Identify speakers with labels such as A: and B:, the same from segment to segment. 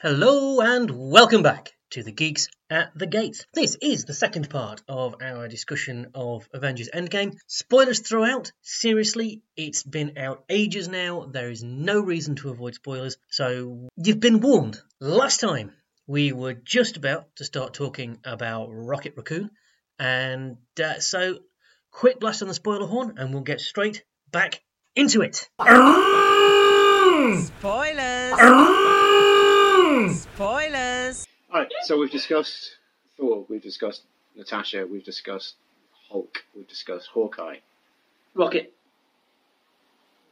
A: Hello and welcome back to the Geeks at the Gates. This is the second part of our discussion of Avengers Endgame. Spoilers throughout. Seriously, it's been out ages now. There is no reason to avoid spoilers, so you've been warned. Last time, we were just about to start talking about Rocket Raccoon, and uh, so quick blast on the spoiler horn, and we'll get straight back into it.
B: Spoilers! Spoilers!
C: Alright, so we've discussed Thor, we've discussed Natasha, we've discussed Hulk, we've discussed Hawkeye,
D: Rocket,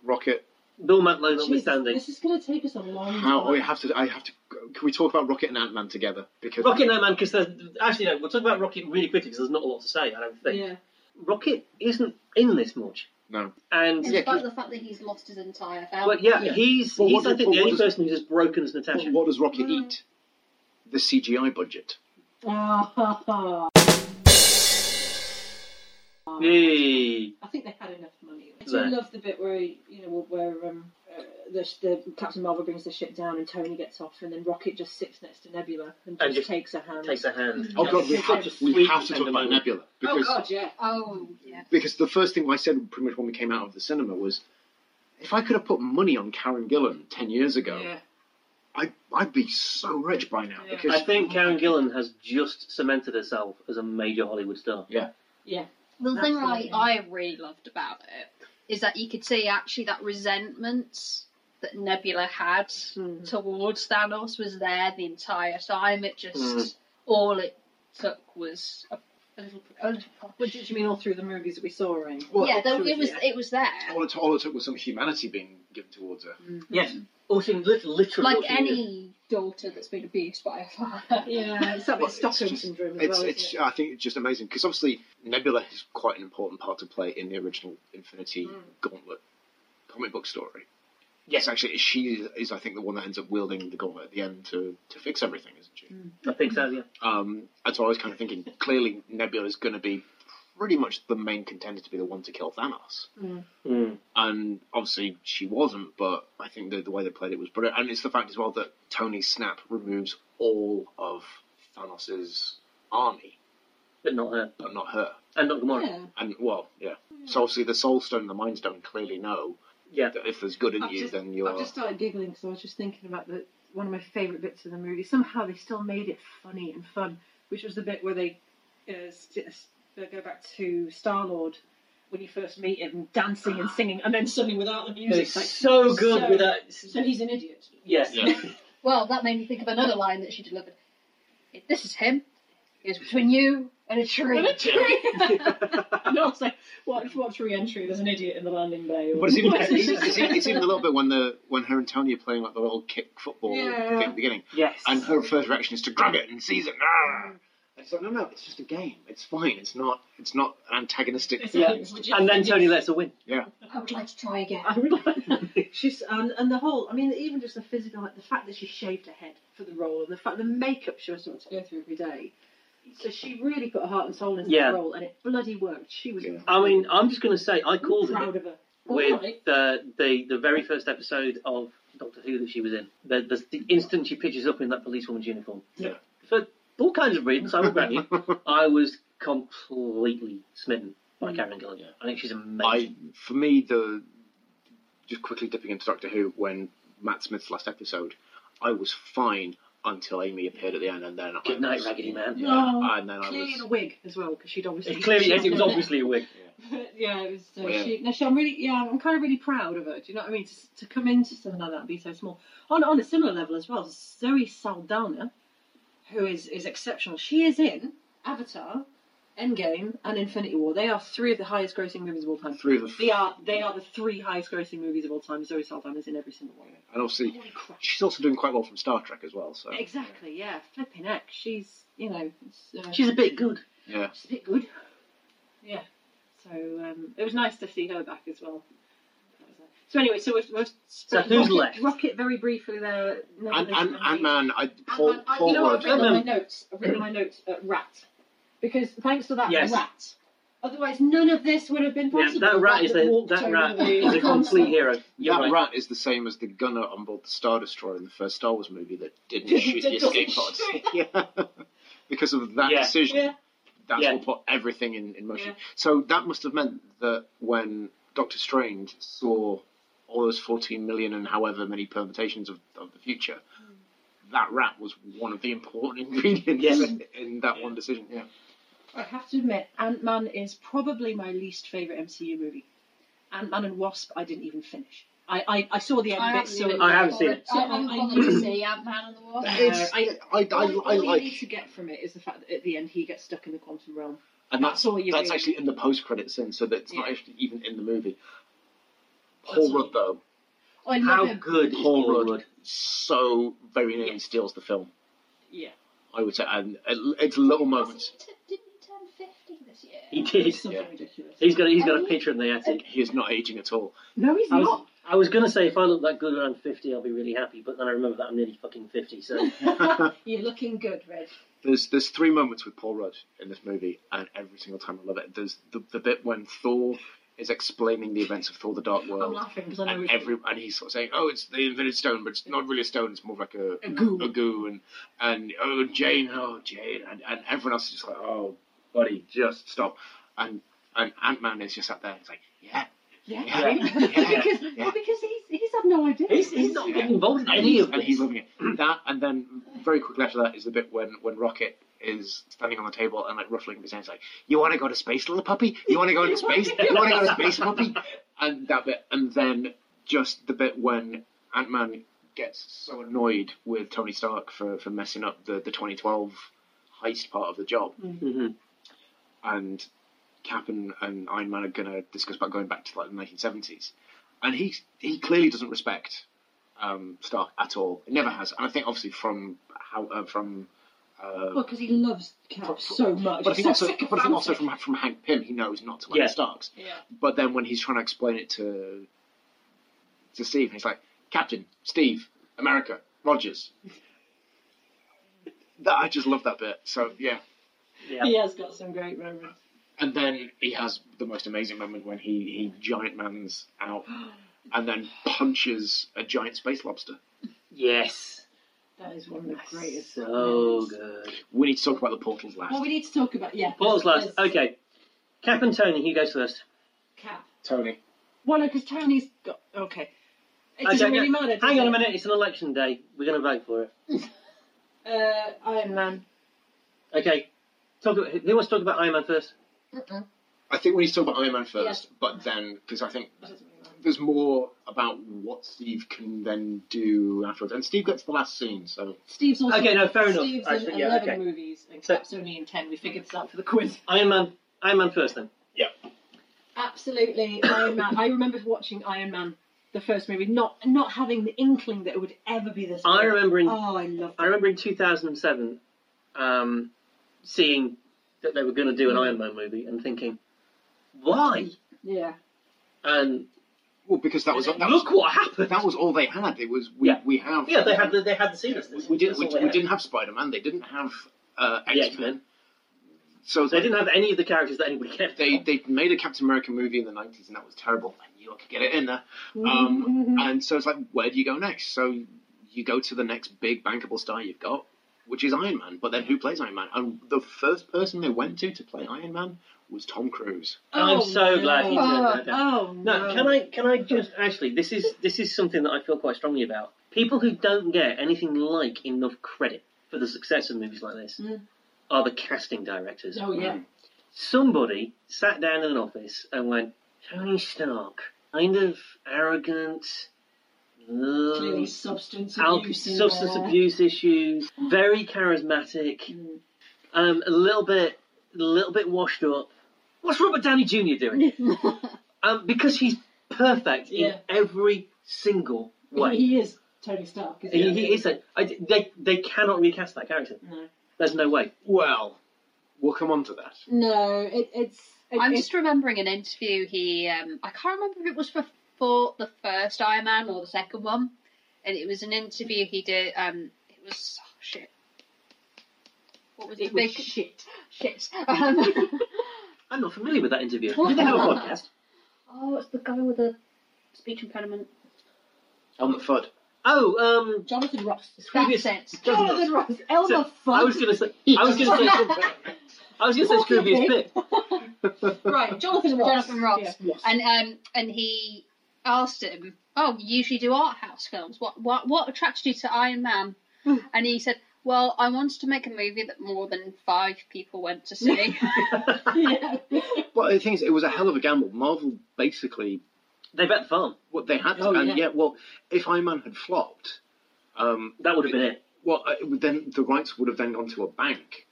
C: Rocket.
D: Bill Matlow notwithstanding.
E: This is going to take us a long
C: How
E: time.
C: we have to? I have to. Can we talk about Rocket and Ant Man together? Because
D: Rocket and Man, because actually no, we'll talk about Rocket really quickly because there's not a lot to say. I don't think
E: yeah.
D: Rocket isn't in this much,
C: no,
D: and
F: In
C: Yeah,
F: spite
C: can-
F: of the fact that he's lost his entire family.
D: well, yeah,
C: Yeah.
D: he's
C: But
D: he's
C: what-
D: I
C: but
D: think the
C: what
D: only
C: does-
D: person who's as broken as Natasha.
C: what does Rocket
E: Uh-huh.
C: eat? The CGI budget.
E: Ah,
D: Yay.
E: I think they had enough money. I do
D: There.
E: love the bit where he- you know where um, uh, the, the Captain Marvel brings the ship down and Tony gets off, and then Rocket just sits next to Nebula and just,
D: And just
E: takes her hand.
D: Takes a hand.
C: Oh god,
E: we
C: we
E: have
C: have
E: to-
C: to, we
D: sweet
C: have to talk about
D: pandemonium.
C: Nebula
E: oh
C: because
E: God, yeah.
F: Oh, yeah.
C: because the first thing I said pretty much when we came out of the cinema was, if I could have put money on Karen Gillan ten years ago,
E: Yeah.
C: I I'd be so rich by now.
E: Yeah.
C: Because
D: I think Karen Gillan has just cemented herself as a major Hollywood star.
E: Yeah.
F: The thing I,
E: Absolutely.
F: I really loved about it is that you could see actually that resentment that Nebula had
E: Mm.
F: towards Thanos was there the entire time. It just,
D: Mm.
F: all it took was a, a little. A little
E: What did you mean all through the movies that we saw, Rain?
C: Well,
F: yeah, though it was
E: yeah.
F: it was there.
C: all it, all it took was some humanity being given towards her.
D: Yes, also lit- literally
F: Like
D: all she needed.
F: any daughter that's been abused by a father.
E: Yeah, it's that
C: Well,
E: bit
C: it's
E: Stockholm
C: just-
E: syndrome as
C: It's,
E: well.
C: it's
E: isn't
C: I think it's just amazing because obviously Nebula is quite an important part to play in the original Infinity
E: Mm.
C: Gauntlet comic book story.
D: Yes,
C: It's actually she is I think the one that ends up wielding the gauntlet at the end to, to fix everything, isn't she?
E: Hmm.
D: I think so. Yeah.
C: Um, and so I was kind of thinking clearly Nebula is going to be pretty much the main contender to be the one to kill Thanos.
D: Mm.
C: And obviously she wasn't, but I think the, the way they played it was brilliant. And it's the fact as well that Tony Snap removes all of Thanos' army,
D: But not uh, her,
C: but not her.
D: and not Gamora.
E: yeah.
C: And well, yeah.
E: Hmm.
C: So obviously the soul stone and the mind stone clearly know
D: Yeah.
C: that if there's good in
E: I've
C: you,
E: just-
C: then you're.
E: I've just started giggling because I was just thinking about the one of my favourite bits of the movie. Somehow they still made it funny and fun, which was the bit where they uh, st- uh, go back to Star Lord when you first meet him, dancing and singing, and then suddenly without the music.
D: It's
E: like,
D: so good
E: so-
D: with that.
E: So he's an idiot.
D: Yes.
C: Yeah.
F: Well, that made me think of another line that she delivered. If This is him. He was between you and a tree.
E: And a tree. and I was like, watch, watch re-entry. There's an idiot in the landing bay. Or
C: But it's even, it's, even- it's even- it's even a little bit when the when her and Tony are playing like the little kick football
E: Yeah.
C: thing at the beginning,
D: Yes.
C: and her first reaction is to grab it and seize it.
E: Hmm.
C: Ah! And it's like no, no, it's just a game. It's fine. It's not. It's not an antagonistic.
E: It's
C: thing.
D: Yeah.
E: like, would you-
D: And then Tony lets her win.
F: I would like to try again.
E: I would like- she's and, and the whole I mean even just the physical like the fact that she shaved her head for the role and the fact the makeup she was having to go through every day. So she really put her heart and soul into
D: Yeah.
E: the role and it bloody worked. She was
C: Yeah.
D: I mean, I'm just going to say I called
E: proud
D: it
E: of her.
D: with
E: Alright.
D: uh, the the very first episode of Doctor Who that she was in. The, the, the instant she pitches up in that policewoman's uniform.
C: Yeah.
D: For all kinds of reasons, I will grant you. I was completely smitten by Karen Gillan.
C: Yeah.
D: I think she's
C: I
D: amazing.
C: for me the just quickly dipping into Doctor Who when Matt Smith's last episode, I was fine until Amy appeared at the end, and then I
D: Good night,
C: was-
D: Raggedy Man.
C: Yeah,
E: Oh,
C: and then I
E: Clearly
C: was.
E: the wig as well because she'd obviously
D: It clearly, yes, it was obviously a wig.
E: yeah, it was. Uh,
C: Yeah.
E: She, no, she, I'm really, yeah, I'm kind of really proud of her. Do you know what I mean? To, to come into something like that and be so small. On on a similar level as well, Zoe Saldana, who is is exceptional. She is in Avatar, Endgame, and Infinity War. They are three of the highest grossing movies of all time.
C: Through the
E: They are they are the three highest grossing movies of all time. Zoe Saldana's in every single one.
C: And obviously,
E: Holy crap!
C: she's also doing quite well from Star Trek as well. So
E: Exactly, yeah, flipping heck. She's you know it's, uh,
D: She's a bit good.
C: yeah,
E: She's a bit good. Yeah. So um, it was nice to see her back as well. That was nice. So anyway, so we've, we've
D: So who's
E: Rocket,
D: left?
E: Rocket very briefly there. Nebula,
C: and and, and
E: Ant-Man.
C: man, I Paul
E: Ant-Man. I-
C: Paul
E: you uh, know, what, I've
C: Rudd.
E: written on
D: Ant-Man.
E: my notes. I've written on my notes uh, rat because thanks to that
D: Yes.
E: rat, Otherwise, none of this would have been
D: Yeah,
E: possible.
D: that rat
E: Like
D: is
E: the
D: a,
E: walk
D: that
E: to
D: rat
E: the
D: is a complete hero. You're
C: that
D: right.
C: rat is the same as the gunner on board the Star Destroyer in the first Star Wars movie that didn't
E: That
C: shoot the
E: doesn't
C: escape pods.
E: shoot.
C: yeah. Because of that
D: Yeah.
C: decision,
E: Yeah.
C: that's
D: Yeah.
C: what put everything in, in motion.
E: Yeah.
C: So that must have meant that when Doctor Strange saw all those 14 million and however many permutations of, of the future, that rat was one of the important ingredients
D: Yes.
C: in that one decision. Yeah.
E: I have to admit, Ant Man is probably my least favourite MCU movie. Ant Man and Wasp, I didn't even finish. I, I, I saw the end
F: I
E: bit,
F: haven't
E: so
F: even
D: I haven't seen
F: bothered-
D: it.
F: I haven't
E: I- I-
F: bothered to see Ant Man and the Wasp.
C: It's, I, I, I,
E: all, all you need
C: like,
E: to get from it is the fact that at the end he gets stuck in the quantum realm.
C: and that's
E: That's all you
C: that's
E: need.
C: actually in the post credits scene, so that's not
E: Yeah.
C: actually even in the movie.
E: That's
C: Paul
E: all
C: Rudd
E: you-
C: though,
E: Oh, I love
D: How
E: him.
D: good is
C: Paul
D: Paul
C: Rudd,
D: Rudd?
C: so very nearly
E: Yeah.
C: steals the film.
E: Yeah.
C: I would say, and it, it's little
F: Hasn't
C: moments.
F: he t- Didn't he turn 50 this year?
D: He did.
E: Something
C: Yeah.
E: ridiculous.
D: He's got he's got a picture in the attic.
C: He is not aging at all.
E: No, he's
D: I was,
E: not.
D: I was gonna say if I look that good around fifty, I'll be really happy. But then I remember that I'm nearly fucking fifty. So
E: You're looking good, Red.
C: There's there's three moments with Paul Rudd in this movie, and every single time I love it. There's the, the bit when Thor is explaining the events of Thor: The Dark
E: I'm
C: World,
E: laughing because I know
C: and
E: he's
C: every and he's sort of saying, "Oh, it's the Infinite Stone, but it's not really a stone. It's more of like a,
E: a goo.
C: a goo." And and oh, Jane, oh Jane, and, and everyone else is just like, "Oh, buddy, just stop." And and Ant Man is just sat there. It's like, yeah,
E: Yeah.
C: Yeah.
E: really.
C: Yeah.
E: because,
C: Yeah.
E: Well, because he's, he's had no idea.
D: he's, he's not getting involved in
C: and
D: any
C: he's,
D: of
C: and he's
D: this.
C: loving it. That, and then very quickly after that is the bit when, when Rocket is standing on the table and like ruffling his hands, like, "You want to go to space, little puppy? You want to go into space? You want to go to space, puppy?" And that bit, and then just the bit when Ant Man gets so annoyed with Tony Stark for, for messing up the, the 2012 heist part of the job,
D: Mhm.
C: and Cap and, and Iron Man are gonna discuss about going back to like the 1970s, and he he clearly doesn't respect um, Stark at all. It never has, and I think obviously from how uh, from. Uh,
E: Well, because he loves Cap
C: But-
E: so much.
C: but I think
E: He's
C: also,
E: so sick of
C: but I think also
E: Falcon.
C: from from Hank Pym, he knows not to like
D: Yeah.
C: the Starks.
E: Yeah.
C: But then when he's trying to explain it to to Steve, he's like, "Captain Steve, America, Rogers." that I just love that bit. So yeah,
D: Yeah.
E: He has got some great moments.
C: And then he has the most amazing moment when he, he giant mans out and then punches a giant space lobster.
D: Yes.
E: That is one of the greatest.
D: So
E: moments.
D: good.
C: We need to talk about the portals last.
E: Well, we need to talk about yeah.
D: Paul's last.
E: there's
D: Okay. Cap and Tony, who goes first?
E: Cap.
C: Tony.
E: Well, no, because Tony's got okay. It
D: I
E: doesn't
D: don't know.
E: really matter. does
D: Hang on
E: it?
D: a minute. It's an election day. We're gonna vote for it.
E: Uh, Iron Man.
D: Okay. Talk about, who wants to talk about Iron Man first?
F: Mm-mm.
C: I think we need to talk about Iron Man first, but then, because I think
E: That doesn't really matter.
C: there's more about what Steve can then do afterwards. And Steve gets the last scene, so.
E: Steve's also
D: Okay, no, fair enough.
E: Steve's
D: Actually,
E: in
D: yeah,
E: eleven
D: okay.
E: movies, and
D: So-
E: Cap's only in ten. We figured this out for the quiz.
D: Iron Man. Iron Man first, then.
E: Absolutely, Iron Man. I remember watching Iron Man, the first movie, not not having the inkling that it would ever be this.
D: I
E: good.
D: remember in
E: Oh, I love.
D: I remember in 2007 um, seeing that they were going to do an Iron Man movie and thinking, why?
E: Yeah.
D: And
C: Well, because that was, that was,
D: look what happened.
C: that was all they had. It was, we,
D: Yeah.
C: we have.
D: yeah, they had the they had the series.
C: We, we, did, we, we didn't have Spider Man, they didn't have uh,
D: Yeah,
C: X Men. So
D: They didn't have any of the characters that anybody cared.
C: They
D: about.
C: they made a Captain America movie in the nineties and that was terrible. I knew I could get it in there.
E: Mm-hmm,
C: Um, and so it's like, where do you go next? So you go to the next big bankable star you've got, which is Iron Man. But then who plays Iron Man? And the first person they went to to play Iron Man was Tom Cruise.
D: I'm so
E: no.
D: glad he turned that down.
E: Oh no!
D: No, can I can I just actually this is this is something that I feel quite strongly about. People who don't get anything like enough credit for the success of movies like this
E: Mm.
D: are the casting directors.
E: Oh yeah.
D: somebody sat down in an office and went, Tony Stark, kind of arrogant, uh,
E: Clearly, substance
D: al-
E: abuse. in
D: substance
E: there.
D: abuse issues, very charismatic,
E: Mm.
D: um, a little bit, a little bit washed up. What's Robert Downey Jr. doing? um, because he's perfect
E: Yeah.
D: in every single way.
E: He is Tony Stark. Isn't
D: He, he is a, I, they, they cannot recast that character.
E: No.
D: There's no way.
C: Well, we'll come on to that.
E: No, it, it's. It,
F: I'm
E: it's-
F: just remembering an interview he. Um, I can't remember if it was for, for the first Iron Man or the second one, and it was an interview he did. Um, it was oh, shit. What was it?
E: it was
F: Big-
E: shit.
F: shit. Um,
D: I'm not familiar with that interview.
F: What?
D: Did they have a podcast?
F: Oh, it's the guy with the speech impediment.
C: Helmut Fudd.
D: Oh, um,
E: Jonathan Ross.
D: previous.
F: That's it.
E: Jonathan Ross. Elmer Fudd.
D: I was gonna say. I was gonna say. I was gonna say
E: Walking
D: Scroobius
E: Pig.
D: Pip.
E: right, Jonathan Ross.
F: Jonathan Ross.
E: Yeah.
F: And um, and he asked him, "Oh, you usually do art house films. What what what attracted you to Iron Man?"
E: Hmm.
F: and he said, "Well, I wanted to make a movie that more than five people went to see."
E: Yeah.
C: Well, the thing is, it was a hell of a gamble. Marvel basically
D: They bet the farm.
C: what they had to,
E: Oh,
C: and
E: yeah.
C: yeah, well, if Iron Man had flopped, um,
D: That would have been it.
C: well, uh, it would then the rights would have then gone to a bank,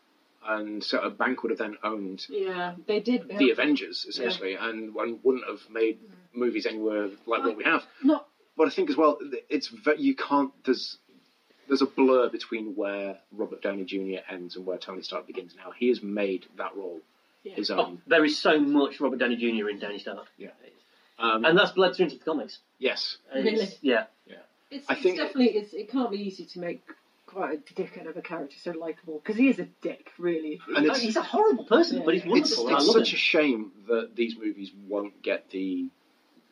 C: and so a bank would have then owned
E: yeah, they did. um, yeah.
C: the Avengers essentially, and and wouldn't have made
E: Mm-hmm.
C: movies anywhere like what we have.
E: No.
C: But I think as well, th- it's ve- you can't. There's there's a blur between where Robert Downey Jr. ends and where Tony Stark begins. Now he has made that role
E: Yeah.
C: his
D: Oh,
C: own.
D: there is so much Robert Downey Jr. in Danny Stark,
C: Um,
D: and that's bled through into the comics.
C: yes,
D: And it's-
E: Really?
D: Yeah.
E: It's,
C: I
E: it's
C: think-
E: definitely it's, it can't be easy to make quite a dick out of a character so likable because he is a dick, really.
C: and it's
D: he's a horrible person, but he's
E: Yeah.
C: it's,
D: wonderful. and I
C: it's
D: love
C: such a
D: him.
C: shame that these movies won't get the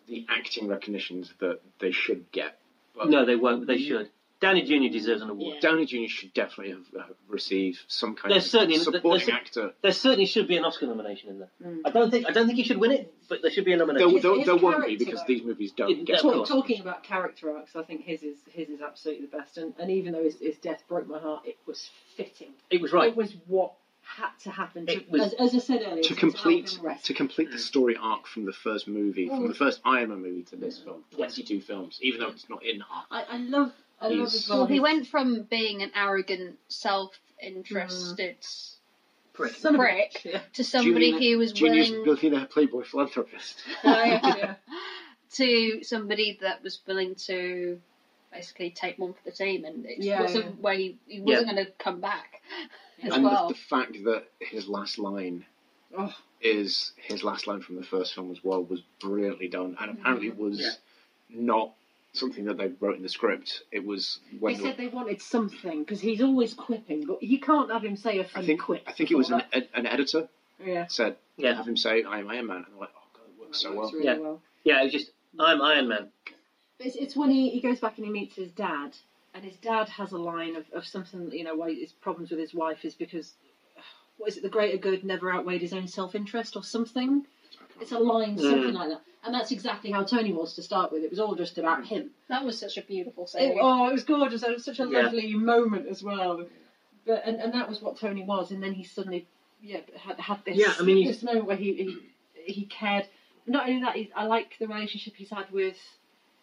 C: the acting recognitions that they should get. But
D: No, they won't. They should. Downey Jr. deserves an
E: Mm.
D: award.
E: Yeah.
C: Downey Jr. should definitely have, have received some kind
D: There's
C: of
D: certainly- there's
C: supporting
D: cer-
C: actor.
D: There certainly should be an Oscar nomination in there.
E: Mm.
D: I don't think I don't think he should win it, but there should be a
C: There,
D: nomination.
E: His-
C: there,
E: his
C: there won't be
E: character,
C: because
E: though.
C: these movies
D: It-
C: don't get.
D: of
E: Talk,
D: course.
E: talking about character arcs, I think his is his is absolutely the best. And, and even though his, his death broke my heart, it was fitting.
D: It was right.
E: It was what had to happen. To,
D: It
E: as,
D: was-
E: as I said earlier,
C: to
E: help
C: complete
E: him rest.
C: to complete the story arc from the first movie, from the first Iron Man movie to this film, twenty two films, even though it's not in half.
E: I, I love. I love
C: He's-
E: as well.
F: well, he
E: his
F: went from being an arrogant, self-interested Hmm.
D: Prick.
E: son of a
F: prick
E: bitch, yeah.
F: to somebody
C: Junior-
F: who was
C: Junior's
F: willing
C: billionaire playboy philanthropist.
E: Yeah,
F: to somebody that was willing to basically take one for the team, and it
E: Yeah,
F: wasn't
E: yeah.
F: where he, he wasn't going to come back as
C: and
F: well.
C: the, the fact that his last line
E: Oh.
C: is his last line from the first film as well was brilliantly done, and apparently was
D: Yeah.
C: not something that they wrote in the script. It was
E: They
C: when
E: said they wanted something because he's always quipping, but you can't have him say a
C: I
E: thing
C: think
E: quick.
C: I think it was an,
E: before
C: ed- an editor
E: that. yeah.
C: said
D: Yeah,
C: have him say I am Iron Man, and they're like, oh god, it works so
E: That
C: well.
E: works really
D: Yeah.
E: well.
D: yeah. It was just I'm Iron Man.
E: But It's, it's when he, he goes back and he meets his dad, and his dad has a line of, of something, you know, why his problems with his wife is because, what is it, the greater good never outweighed his own self interest or something? It's a line, something like that. And that's exactly how Tony was to start with. It was all just about him.
F: that was such a beautiful
E: It-
F: scene.
E: oh, it was gorgeous. It was such a
D: Yeah.
E: lovely moment as well. But and, and that was what Tony was, and then he suddenly yeah had, had this
D: Yeah, I mean, he's-
E: this moment where he he, he cared. Not only that, he, I like the relationship he's had with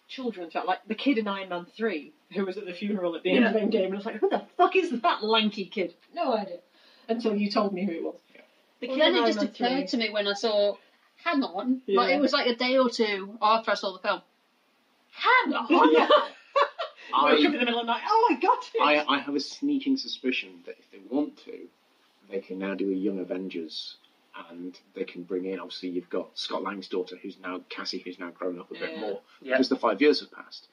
E: children throughout, like the kid in Iron Man three who was at the funeral at the end of Endgame, and I was like, who the fuck is that lanky kid? No idea. Until you told me who it was. The
F: Well,
E: kid
F: then
E: in
F: it
E: Iron
F: just
E: Man 3.
F: occurred to me when I saw, hang on, like
E: Yeah.
F: it was like a day or two after I saw the film. Hang on,
E: Yeah. Woke up in
C: I,
E: the middle of the night. Oh, I got it.
C: I I have a sneaking suspicion that if they want to, they can now do a Young Avengers. And they can bring in, obviously, you've got Scott Lang's daughter, who's now Cassie, who's now grown up a bit
E: Yeah.
C: more.
D: Yeah,
C: because the five years have passed,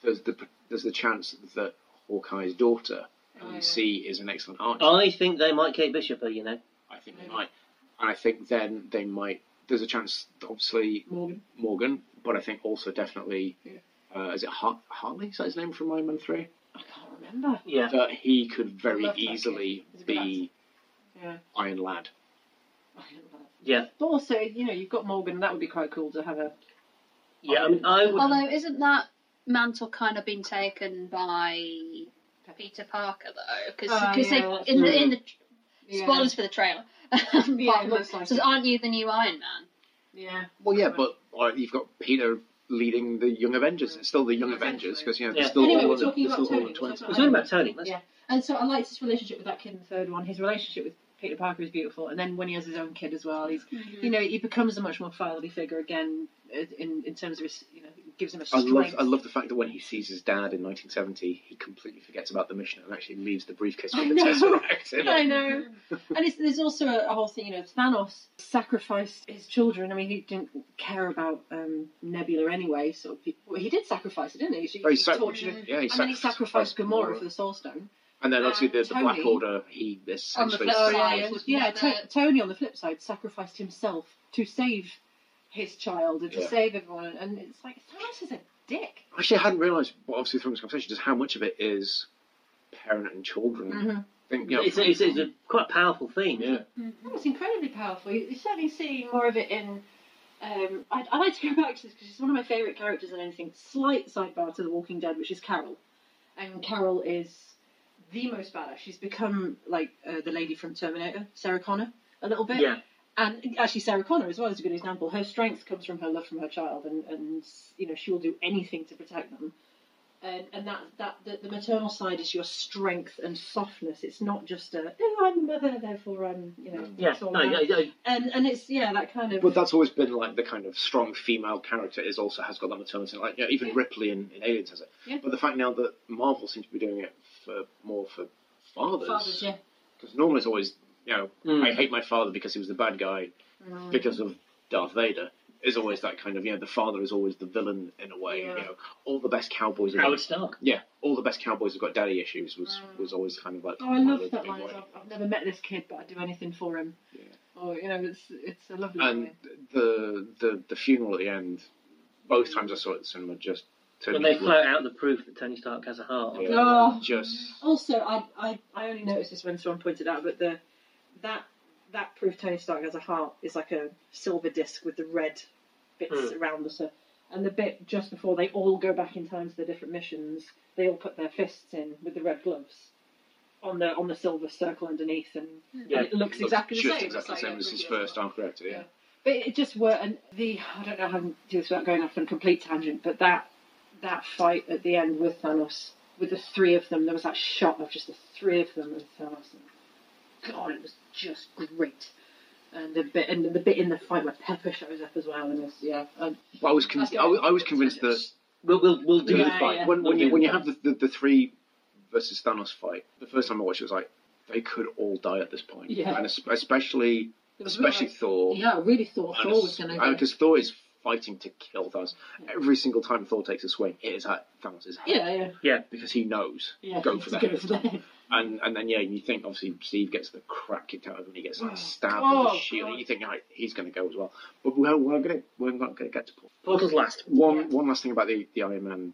C: there's the there's the chance that Hawkeye's daughter, who
D: Oh,
C: we see, is an excellent archer.
D: I think they might Kate Bishop. You know,
C: I think they might, and I think then they might. There's a chance, obviously
E: Morgan.
C: Morgan, but I think also definitely,
E: Yeah.
C: uh, is it Hart- Hartley? Is that his name from Iron Man Three?
E: I can't remember.
D: yeah.
C: That he could very
E: Love that
C: easily
E: kid. He's a good
C: be
E: Yeah.
C: Iron Lad.
E: I don't know.
D: Yeah,
E: But also, you know, you've got Morgan, and that would be quite cool to have a.
D: yeah. I mean, I would.
F: Although, isn't that mantle kind of been taken by Peter Parker though? Because
E: Oh, yeah, that's
F: in the
E: true.
F: in the spoilers for the trailer.
E: Yeah,
F: yeah,
E: it looks like
F: says,
E: it.
F: aren't you the new Iron Man?
E: Yeah.
C: Well, yeah, but or you've got Peter leading the Young Avengers. It's still the Young
E: Eventually.
C: Avengers because you know they're
D: Yeah.
C: still
E: Anyway,
C: all
E: we're
C: in the-
E: talking
C: they're
E: about
C: still all
E: Tony,
C: in
E: we're
C: twenties.
E: talking
D: We're talking about Tony. Let's-
E: Yeah. And so I liked his relationship with that kid in the third one. His relationship with Peter Parker is beautiful, and then when he has his own kid as well, he's you know he becomes a much more fatherly figure again uh, in in terms of his you know gives him a
C: I
E: strength.
C: love, I love the fact that when he sees his dad in 1970, he completely forgets about the mission and actually leaves the briefcase
E: I
C: with the
E: know.
C: Tesseract. in
E: I
C: it.
E: know, and it's, there's also a, a whole thing, you know. Thanos sacrificed his children. I mean, he didn't care about um, Nebula anyway. So he, well, he did sacrifice her, didn't he? She,
C: Oh, he
E: she
C: sac-
E: tortured her,
C: yeah, he
E: and then he sacrificed Gamora for the Soul Stone.
C: And then obviously the, the
E: Tony.
C: Black Order, he
F: On the
C: essentially
F: flip
E: Oh,
F: side.
E: yeah,
F: Sorry,
E: yeah.
F: it was
E: yeah
F: not
E: To-
F: the-
E: Tony, on the flip side, sacrificed himself to save his child and to
C: Yeah.
E: save everyone. And it's like, Thanos is a dick.
C: actually I hadn't realised well, obviously from this conversation just how much of it is parent and children.
E: Mm-hmm.
C: I think, you know,
D: it's, a, it's, a, it's a quite powerful theme.
C: yeah.
E: Oh, it's incredibly powerful. You- You're certainly seeing more of it in. Um, I, I like to go back to this because she's one of my favourite characters in anything. Slight sidebar to The Walking Dead, which is Carol. And Carol is the most badass. She's become like uh, the lady from Terminator, Sarah Connor, a little bit.
D: Yeah.
E: And actually, Sarah Connor as well is a good example. Her strength comes from her love from her child, and, and you know she will do anything to protect them. And, and that, that the, the maternal side is your strength and softness. It's not just a oh I'm the mother, therefore I'm you know
D: Yeah,
E: it's all
D: no,
E: mine."
D: yeah, yeah,
E: And and it's yeah that kind of
C: But that's always been like the kind of strong female character is also has got that maternity. Like you know, even
E: Yeah.
C: Ripley in, in Aliens has it.
E: Yeah.
C: But the fact now that Marvel seems to be doing it for more for fathers,
E: fathers yeah
C: because normally it's always you know
D: Mm.
C: I hate my father because he was the bad guy because of Darth Vader. Is always that kind of you know the father is always the villain in a way.
E: Yeah.
C: You know all the best cowboys. have-
D: Howard Stark.
C: yeah, all the best cowboys have got daddy issues was
E: Mm.
C: was always kind of like.
E: oh I
C: one
E: love
C: of the
E: that
C: big
E: line.
C: ones.
E: as well. I've never met this kid, but I'd do anything for him.
C: Yeah.
E: Or you know it's it's a lovely
C: And
E: line.
C: the the the funeral at the end, both times I saw it at the cinema, just
D: When
C: turned
D: they
C: into a-
D: float out the proof that Tony Stark has a heart.
C: Yeah.
E: Oh.
C: Just
E: Also, I, I I only noticed this when someone pointed out, but the that that proof Tony Stark has a heart is like a silver disc with the red bits
D: Hmm.
E: around the cir- and the bit just before they all go back in time to their different missions, they all put their fists in with the red gloves on the on the silver circle underneath, and,
D: Yeah,
E: and it looks
C: looks
E: exactly the
C: just
E: same. It's
C: exactly
E: like
C: the
E: a
C: same as his
E: previous
C: first
E: one.
C: arm corrector. Yeah.
E: But it just were and the I don't know how to do this without going off on a complete tangent, but that that fight at the end with Thanos, with the three of them, there was that shot of just the three of them with Thanos. And God, it was just great. And the bit and the bit in the fight where Pepper shows up as well, and it's, yeah, um,
C: Well, I was con-
E: That's
C: I,
E: good.
C: was- I was convinced that
D: We'll, we'll, we'll do
E: Yeah,
D: the fight.
E: yeah.
C: when, when you when you have
D: the
C: the, the, the three versus Thanos fight, the first time I watched it was like they could all die at this point.
E: Yeah.
C: And es- especially
E: there was
C: especially Thor.
E: yeah, I really thought Thor was going to go.
C: Because Thor is fighting to kill Thanos.
E: Yeah.
C: Every single time Thor takes a swing, it is at Thanos' head.
E: Yeah, yeah,
C: Because he knows.
E: yeah.
C: Go for that.
E: Go for that.
C: And and then yeah, you think obviously Steve gets the crap kicked out of him. He gets
E: Oh,
C: like, stabbed with
E: God.
C: a shield. You think right, he's going to go as well. But we're, we're going to we're not going to get to Paul.
D: portal's last.
C: One
E: Yeah.
C: one last thing about the, the Iron Man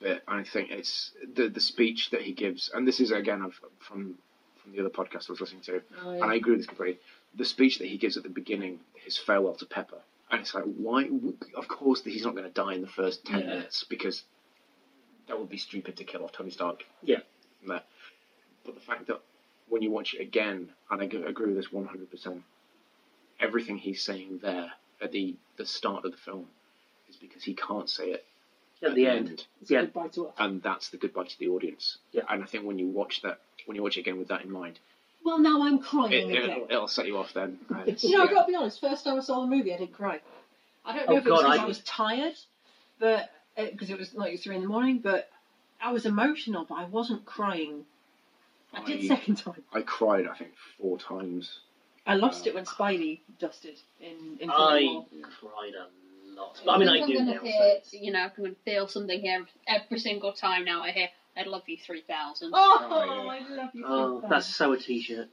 C: bit, I think it's the the speech that he gives, and this is again I've, from from the other podcast I was listening to,
E: Oh,
C: and I agree with this completely. The speech that he gives at the beginning, his farewell to Pepper, and it's like, why? Of course, that he's not going to die in the first ten
E: Yeah.
C: minutes because that would be stupid to kill off Tony Stark.
D: Yeah.
C: No. But the fact that when you watch it again, and I g- agree with this one hundred percent, everything he's saying there at the the start of the film is because he can't say it
D: At the end.
E: it's
D: Yeah.
E: goodbye to us.
C: and that's the goodbye to the audience.
D: Yeah.
C: And I think when you watch that, when you watch it again with that in mind,
E: Well, now I'm crying
C: it,
E: again.
C: it'll, it'll set you off then. And it's-
E: Oh, You know, I've
C: yeah.
E: got to be honest. First time I saw the movie, I didn't cry. I don't know
D: Oh,
E: if it was
D: God,
E: because
D: I-
E: I... was tired, but because it was like three in the morning, but I was emotional, but I wasn't crying. I, did
C: I-
E: second time.
C: I cried, I think, four times.
E: I lost
C: Uh,
E: it when Spidey dusted in in Civil
D: Oh. I
E: War.
D: cried a lot. But I mean, I
F: I'm
D: do
F: gonna
D: now.
F: Hear,
D: So.
F: you know, I can feel something every, every single time now. I hear, "I love you 3000.
E: Oh,
C: Oh,
E: I love you.
D: Oh,
E: so
D: that's so a t-shirt.
E: much.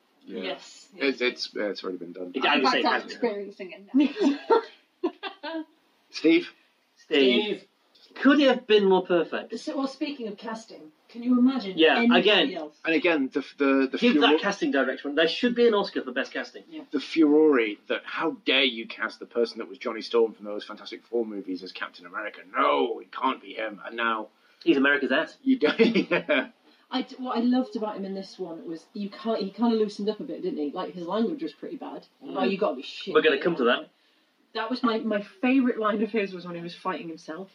E: yes.
C: It's, it's, uh, it's already been done.
D: It- I
F: In
D: would say
F: fact, I'm
D: hasn't.
F: experiencing it now.
C: Steve?
D: Steve. Could it have been more perfect?
E: so, well, speaking of casting, can you imagine?
D: Yeah,
E: anybody
D: again.
E: Else?
C: And again, the, the, the,
D: Give
C: furor-
D: that casting director one. There should be an Oscar for best casting.
C: the furore that how dare you cast the person that was Johnny Storm from those Fantastic Four movies as Captain America. No, it can't be him. And now
D: He's America's ass.
C: you don't. yeah.
E: I d- what I loved about him in this one was you can't, he kind of loosened up a bit, didn't he? Like his language was pretty bad. Oh, you got to be shit.
D: We're gonna come to that.
E: That was my my favourite line of his was when he was fighting himself.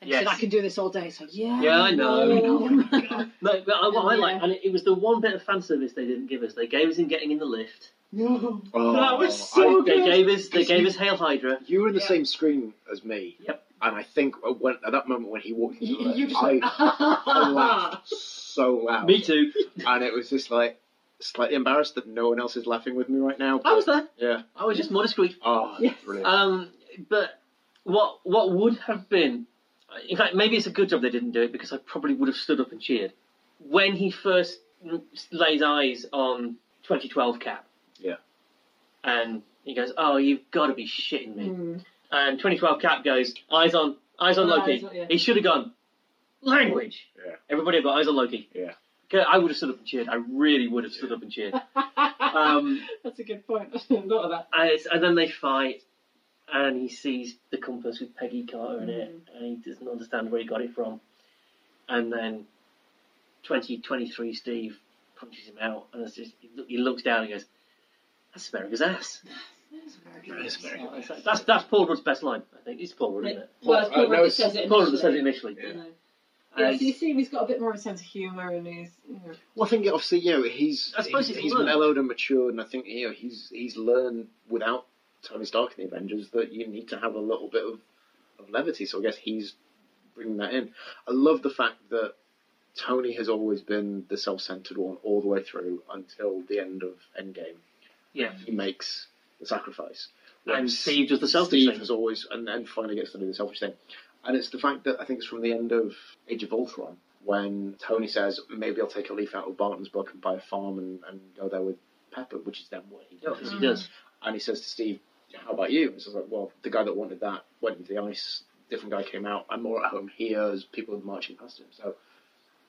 E: And he said,
D: Yes.
E: "I can do this all day." So yeah.
D: Yeah, I
C: Oh,
D: know.
E: know. Oh,
D: No, but I, what I
E: Yeah.
D: like, and it, it was the one bit of fan service they didn't give us. They gave us him getting in the lift.
E: no.
C: Oh,
E: That was
C: I-
E: so
D: They
E: good.
D: gave us. They gave us Hail Hydra.
C: You were in the
E: Yeah.
C: same screen as me.
D: Yep.
C: And I think uh, when, at that moment when he walked into the
E: You, you
C: lift,
E: just
C: I,
E: went,
C: I laughed so loud.
D: Me too.
C: And it was just like slightly embarrassed that no one else is laughing with me right now.
D: I
C: but-
D: was there.
C: Yeah.
D: I was just more discreet.
C: Oh,
E: Yes.
C: brilliant.
D: Um, but what what would have been, in fact, maybe it's a good job they didn't do it because I probably would have stood up and cheered. when he first lays eyes on 2012 Cap.
C: Yeah.
D: And he goes, "Oh, you've got to be shitting
E: Mm.
D: me!"
C: Mm.
D: And 2012 Cap goes, "Eyes on, eyes on
E: Oh,
D: Loki."
E: eyes on- yeah.
D: He should have gone language.
C: Yeah.
D: Everybody have got eyes on Loki.
C: Yeah.
D: 'Kay, I would have stood up and cheered. I really would have stood up and cheered. Um,
E: That's a good point. I hadn't thought of that.
D: And, it's- and then they fight, and he sees the compass with Peggy Carter in it,
E: Mm-hmm.
D: and he doesn't understand where he got it from. And then 2023 Steve punches him out, and it's just, he look- he looks down and goes, That's America's ass.
C: That's very good.
D: That's, that's, that's Paul Rudd's best line, I think. It's Paul Rudd, isn't it?
E: Well, it's
C: Paul- uh,
E: Paul
C: no,
E: Rudd that
C: it's-
E: says it
D: Paul Rudd
E: initially.
D: says it initially. Um,
E: You know. Yeah,
D: And
E: so you
D: it's-
E: see, he's got a bit more of a sense of humour, and he's you know,
C: Well, I think obviously, you know, he's
D: I suppose
C: he's,
D: he's
C: he's
D: learned.
C: mellowed and matured, and I think you know he's he's learned without Tony Stark and the Avengers that you need to have a little bit of, of levity. So I guess he's bringing that in. I love the fact that Tony has always been the self-centered one all the way through until the end of Endgame.
D: Yeah.
C: he makes the sacrifice.
D: and
C: Whereas
D: Steve does the selfish
C: Steve
D: thing.
C: has always, and, and finally gets to do the selfish thing. And it's the fact that I think it's from the end of Age of Ultron when Tony says, maybe I'll take a leaf out of Barton's book and buy a farm and, and go there with Pepper, which is then what he
D: Yeah,
C: does.
E: Mm.
D: 'cause Oh, he does.
C: And he says to Steve, how about you? And so it's like, well, the guy that wanted that went into the ice, different guy came out, I'm more at home here as people are marching past him. So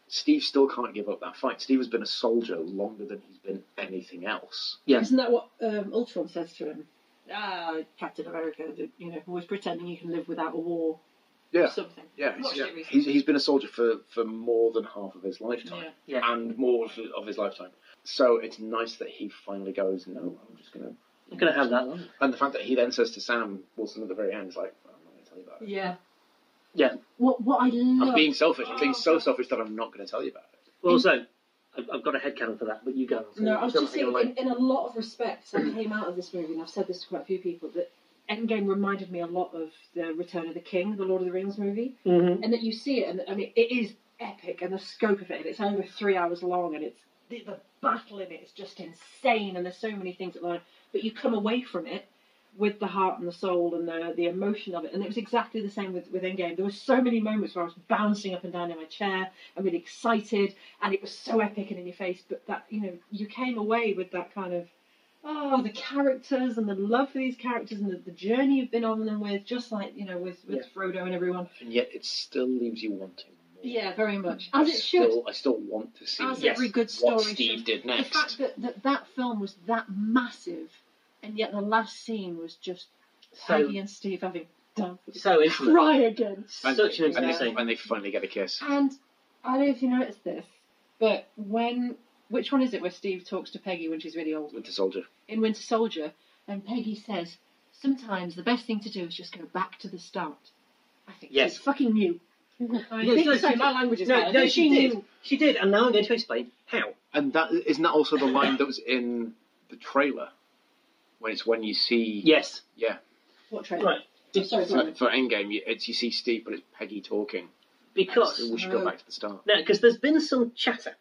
C: Steve still can't give up that fight. Steve has been a soldier longer than he's been anything else.
D: Yeah.
E: Isn't that what um, Ultron says to him? Ah, Captain America, that, you know, always pretending you can live without a war or something.
C: Yeah,
E: Watched
C: he's,
E: it recently.
C: he's, he's been a soldier for, for more than half of his lifetime,
D: Yeah.
C: and more of, of his lifetime. So it's nice that he finally goes, no, I'm just gonna.
D: I'm going to have that line.
C: And the fact that he then says to Sam Wilson at the very end, is like, I'm not gonna tell you about
E: Yeah.
C: it.
E: yeah.
D: Yeah.
E: What what I love.
C: I'm being selfish. I'm being so selfish that I'm not gonna tell you about it.
D: Well, so, I've, I've got a headcanon for that, but you go.
E: No, I was
D: There's
E: just
D: nothing
E: saying,
D: on my-
E: in, in a lot of respects, I came out of this movie, and I've said this to quite a few people, that Endgame reminded me a lot of the Return of the King, the Lord of the Rings movie,
D: Mhm.
E: and that you see it, and I mean, it is epic, and the scope of it, and it's over three hours long, and it's the, the battle in it is just insane, and there's so many things that line, but you come away from it with the heart and the soul and the, the emotion of it, and it was exactly the same with, with Endgame. There were so many moments where I was bouncing up and down in my chair, and really excited, and it was so epic and in your face. But that you know, you came away with that kind of oh, the characters and the love for these characters and the, the journey you've been on them with, just like you know, with with
D: Yeah.
E: Frodo and everyone.
C: And yet it still leaves you wanting more.
E: Yeah, very much
C: I
E: as it should.
C: Still, I still want to see
E: As
D: Yes.
E: every good story
C: what
E: should.
C: Steve did
E: The fact
C: next.
E: that, that that film was that massive, and yet the last scene was just
D: So,
E: Peggy and Steve having done
D: so intimate.
E: cry again.
C: And-
D: Such an
C: and,
D: intimate
E: amazing
C: they,
D: scene.
C: and they finally get a kiss.
E: And I don't know if you noticed this, but when which one is it where Steve talks to Peggy when she's really old?
C: Winter Soldier.
E: in Winter Soldier, and Peggy says, "Sometimes the best thing to do is just go back to the start." I think
D: Yes.
E: she fucking knew. I
D: Yes,
E: think
D: no,
E: so.
D: she-
E: My language is
D: no,
E: bad. I
D: no,
E: think
D: she did.
E: knew.
D: She did, and now I'm going to explain how.
C: And that isn't that also the line that was in the trailer? When it's when you see
D: Yes.
C: yeah.
E: What trailer?
D: Right.
E: I'm sorry,
C: For,
E: sorry.
C: for Endgame, you, it's you see Steve, but it's Peggy talking.
D: Because
C: we should go back to the start.
D: now, because there's been some chatter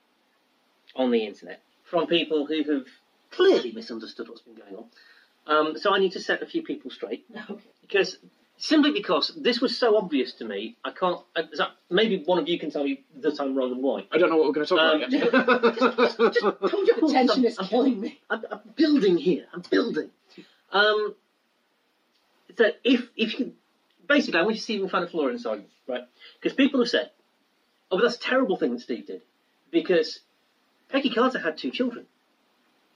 D: on the internet from people who have clearly misunderstood what's been going on. Um, so I need to set a few people straight
E: Okay.
D: because simply because this was so obvious to me, I can't. Uh, is that- maybe one of you can tell me that I'm wrong and why.
C: I don't know what we're going to talk
D: Um,
C: about yet.
D: Hold your horses,
E: Tension
D: I'm-
E: is
D: I'm-
E: killing me.
D: I'm, I'm building here. I'm building. Um, so if if you basically, I want you to see even find a flaw in this argument, right? Because people have said, "Oh, but that's a terrible thing that Steve did," because Peggy Carter had two children,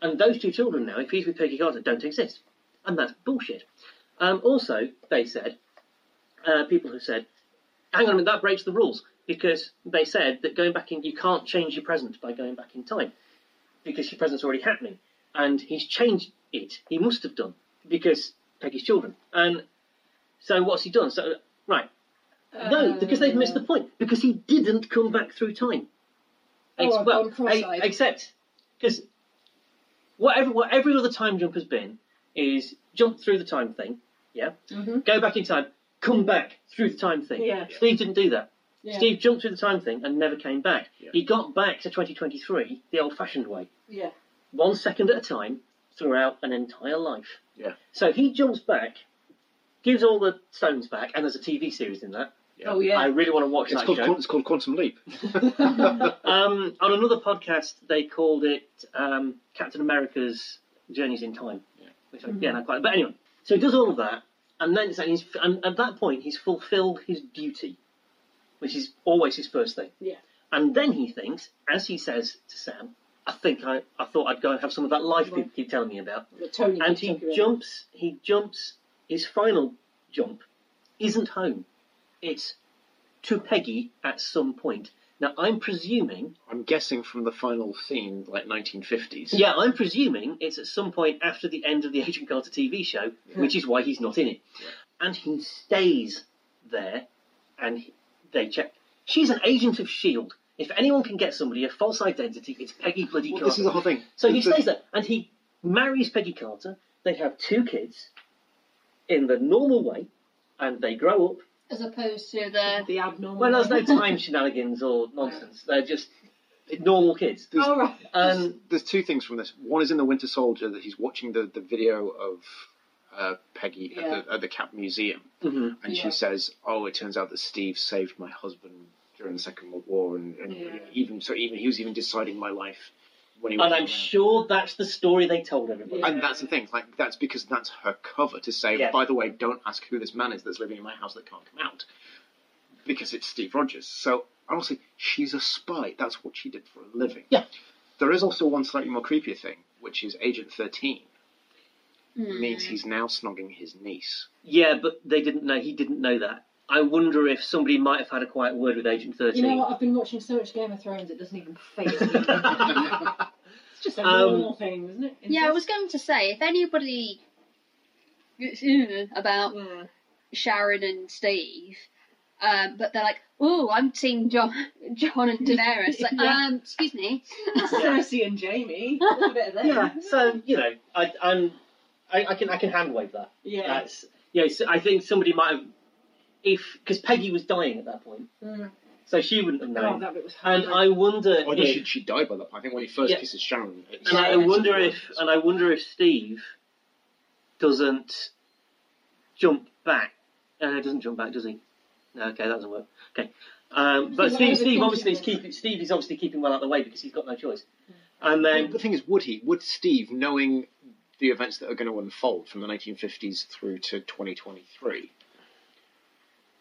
D: and those two children now, if he's with Peggy Carter, don't exist, and that's bullshit. Um, also, they said, uh, people have said, "Hang on a minute, that breaks the rules." Because they said that going back in, you can't change your present by going back in time, because your present's already happening and he's changed it. He must have done because Peggy's children. And so what's he done? So right, no, because they've missed the
E: Uh,
D: point. Because he didn't come back through time. e-,
E: Oh, I've gone cross-eyed.
D: except because whatever what every other time jump has been is jump through the time thing, yeah.
E: Mhm.
D: Go back in time, come back through the time thing.
E: Yeah.
D: Steve didn't do that.
E: Yeah.
D: Steve jumped through the time thing and never came back.
C: Yeah.
D: He got back to 2023 the old-fashioned way
E: Yeah.
D: one second at a time throughout an entire life.
C: Yeah.
D: So he jumps back, gives all the stones back, and there's a TV series in that
C: Yeah.
E: Oh yeah.
D: I really want to watch
C: It's
D: that
C: called,
D: show.
C: Quan- it's called Quantum Leap.
D: Um, on another podcast, they called it um, Captain America's Journeys in Time, which
E: Mm-hmm.
D: again I quite. But anyway, so he does all of that, and then it's like he's, and at that point he's fulfilled his duty, which is always his first thing.
E: Yeah.
D: And then he thinks, as he says to Sam, "I think I, I thought I'd go and have some of that life people keep telling me about."
E: But Tony
D: And
E: keeps
D: he
E: talking about-
D: jumps. He jumps. His final jump isn't home. It's to Peggy at some point. Now I'm presuming
C: I'm guessing from the final scene, like 1950s.
D: yeah, I'm presuming it's at some point after the end of the Agent Carter TV show, which is why he's not in it. And he stays there, and he- they check. She's an agent of S.H.I.E.L.D. E If anyone can get somebody a false identity, it's Peggy bloody
C: Well,
D: Carter.
C: this is the whole thing.
D: So he
C: The-
D: stays there, and he marries Peggy Carter. They have two kids in the normal way, and they grow up.
F: As opposed to the
E: the abnormal.
D: Well, there's no time shenanigans or nonsense. They're just normal kids.
C: There's,
E: All right.
D: Um,
C: there's two things from this. One is in the Winter Soldier that he's watching the, the video of uh, Peggy
E: Yeah.
C: at, the, at the Cap Museum,
D: Mhm.
C: and
E: Yeah.
C: she says, "Oh, it turns out that Steve saved my husband during the Second World War, and, and
E: Yeah.
C: even so, even he was even deciding my life when he was."
D: And I'm
C: around."
D: sure that's the story they told everybody.
E: Yeah.
C: And that's the thing, like that's because that's her cover to say,
D: Yeah.
C: by the way, don't ask who this man is that's living in my house that can't come out, because it's Steve Rogers. So honestly, she's a spy. That's what she did for a living.
D: Yeah.
C: There is also one slightly more creepier thing, which is Agent Thirteen
F: Hmm.
C: means he's now snogging his niece.
D: Yeah, but they didn't know. He didn't know that. I wonder if somebody might have had a quiet word with Agent
E: You
D: Thirteen.
E: know what? I've been watching so much Game of Thrones, it doesn't even phase me. it's just a
D: Um,
E: normal thing, isn't it?
F: Yeah, I was going to say if anybody Ugh, about
E: Yeah.
F: Sharon and Steve, um, but they're like, "Oh, I'm Team John, John and Daenerys." Like,
E: Yeah.
F: um, excuse me.
E: Cersei and Jamie. A little bit of them.
D: Yeah. So you know, I, I'm, I, I can I can hand wave that.
E: Yeah.
D: That's yeah. So I think somebody might have, if because Peggy was dying at that point,
E: Mm.
D: so she wouldn't have known.
E: God, Oh, that bit was hard.
D: and I wonder
C: Oh, no,
D: if,
C: she, she died by that point. I think when he first
D: Yeah.
C: kisses Sharon. It's,
D: and I
E: Yeah,
D: wonder if and I wonder if Steve doesn't jump back. Uh, he doesn't jump back, does he? No, okay, that doesn't work. Okay, um, but
E: He's
D: Steve, Steve
E: overthinking
D: obviously is
E: it.
D: keeping Steve is obviously keeping well out of the way because he's got no choice. And then
C: the thing is, would he? Would Steve, knowing the events that are going to unfold from the 1950s through to 2023,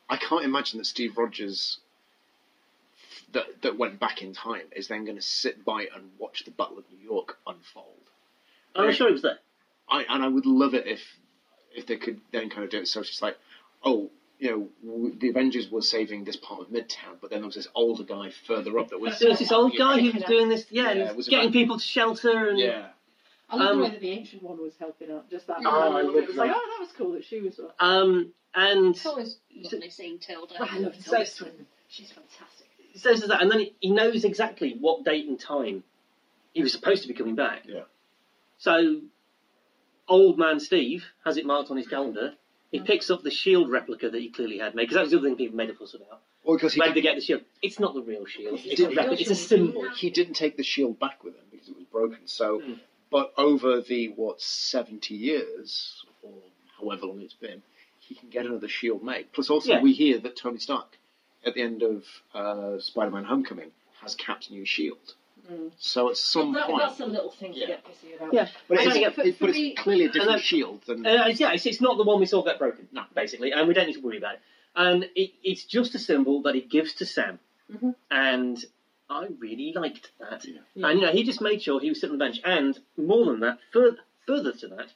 C: I can't imagine that Steve Rogers, that that went back in time, is then going to sit by and watch the Battle of New York unfold.
D: I'm sure he was there.
C: I and I would love it if if they could then kind of do it so it's just like, oh, you know, w- the Avengers were saving this part of Midtown, but then there was this older guy further up that was
D: There was this old guy who was doing this, yeah,
C: Yeah,
D: he
C: it
D: was
C: was
D: getting
C: about-
D: people to shelter and
C: yeah.
E: I love
D: Um,
E: the way that the ancient one was helping out. Just that.
F: Oh,
E: little
F: I
E: bit.
D: love
E: It was like,
D: that.
E: oh, that was cool that she was. uh,
D: um and
F: It's always lovely seeing Tilda.
E: I love
D: So-
E: Tilda Swinton. She's fantastic.
D: so this is that, and then he knows exactly what date and time he was supposed to be coming back.
C: Yeah.
D: So, old man Steve has it marked on his calendar. He picks up the shield replica that he clearly had made because that was the other thing people made a fuss about.
C: Or because he
D: Where did they get the shield? It's not the real shield. It's a
C: didn't-
D: replica. It's a symbol.
C: he didn't take the shield back with him because it was broken. So,
D: Hmm.
C: but over the what seventy years or however long it's been, he can get another shield made. Plus, also
D: Yeah.
C: we hear that Tony Stark, at the end of uh, Spider-Man: Homecoming, has Cap's new shield. So at some
E: Hmm. That,
C: point,
E: that's a little thing
C: Yeah.
E: to get pissy about.
D: Yeah.
C: but,
D: I
C: it's,
D: think
E: for-
C: it-
E: for
C: but
E: me-
C: it's clearly a different
D: then-
C: shield than
D: Uh, it's- yeah, it's, it's not the one we saw get broken. No, basically, and we don't need to worry about it. And it, it's just a symbol that he gives to Sam,
E: Mm-hmm.
D: and I really liked that. And you know, he just made sure he was sitting on the bench. And more than that, fur- further to that,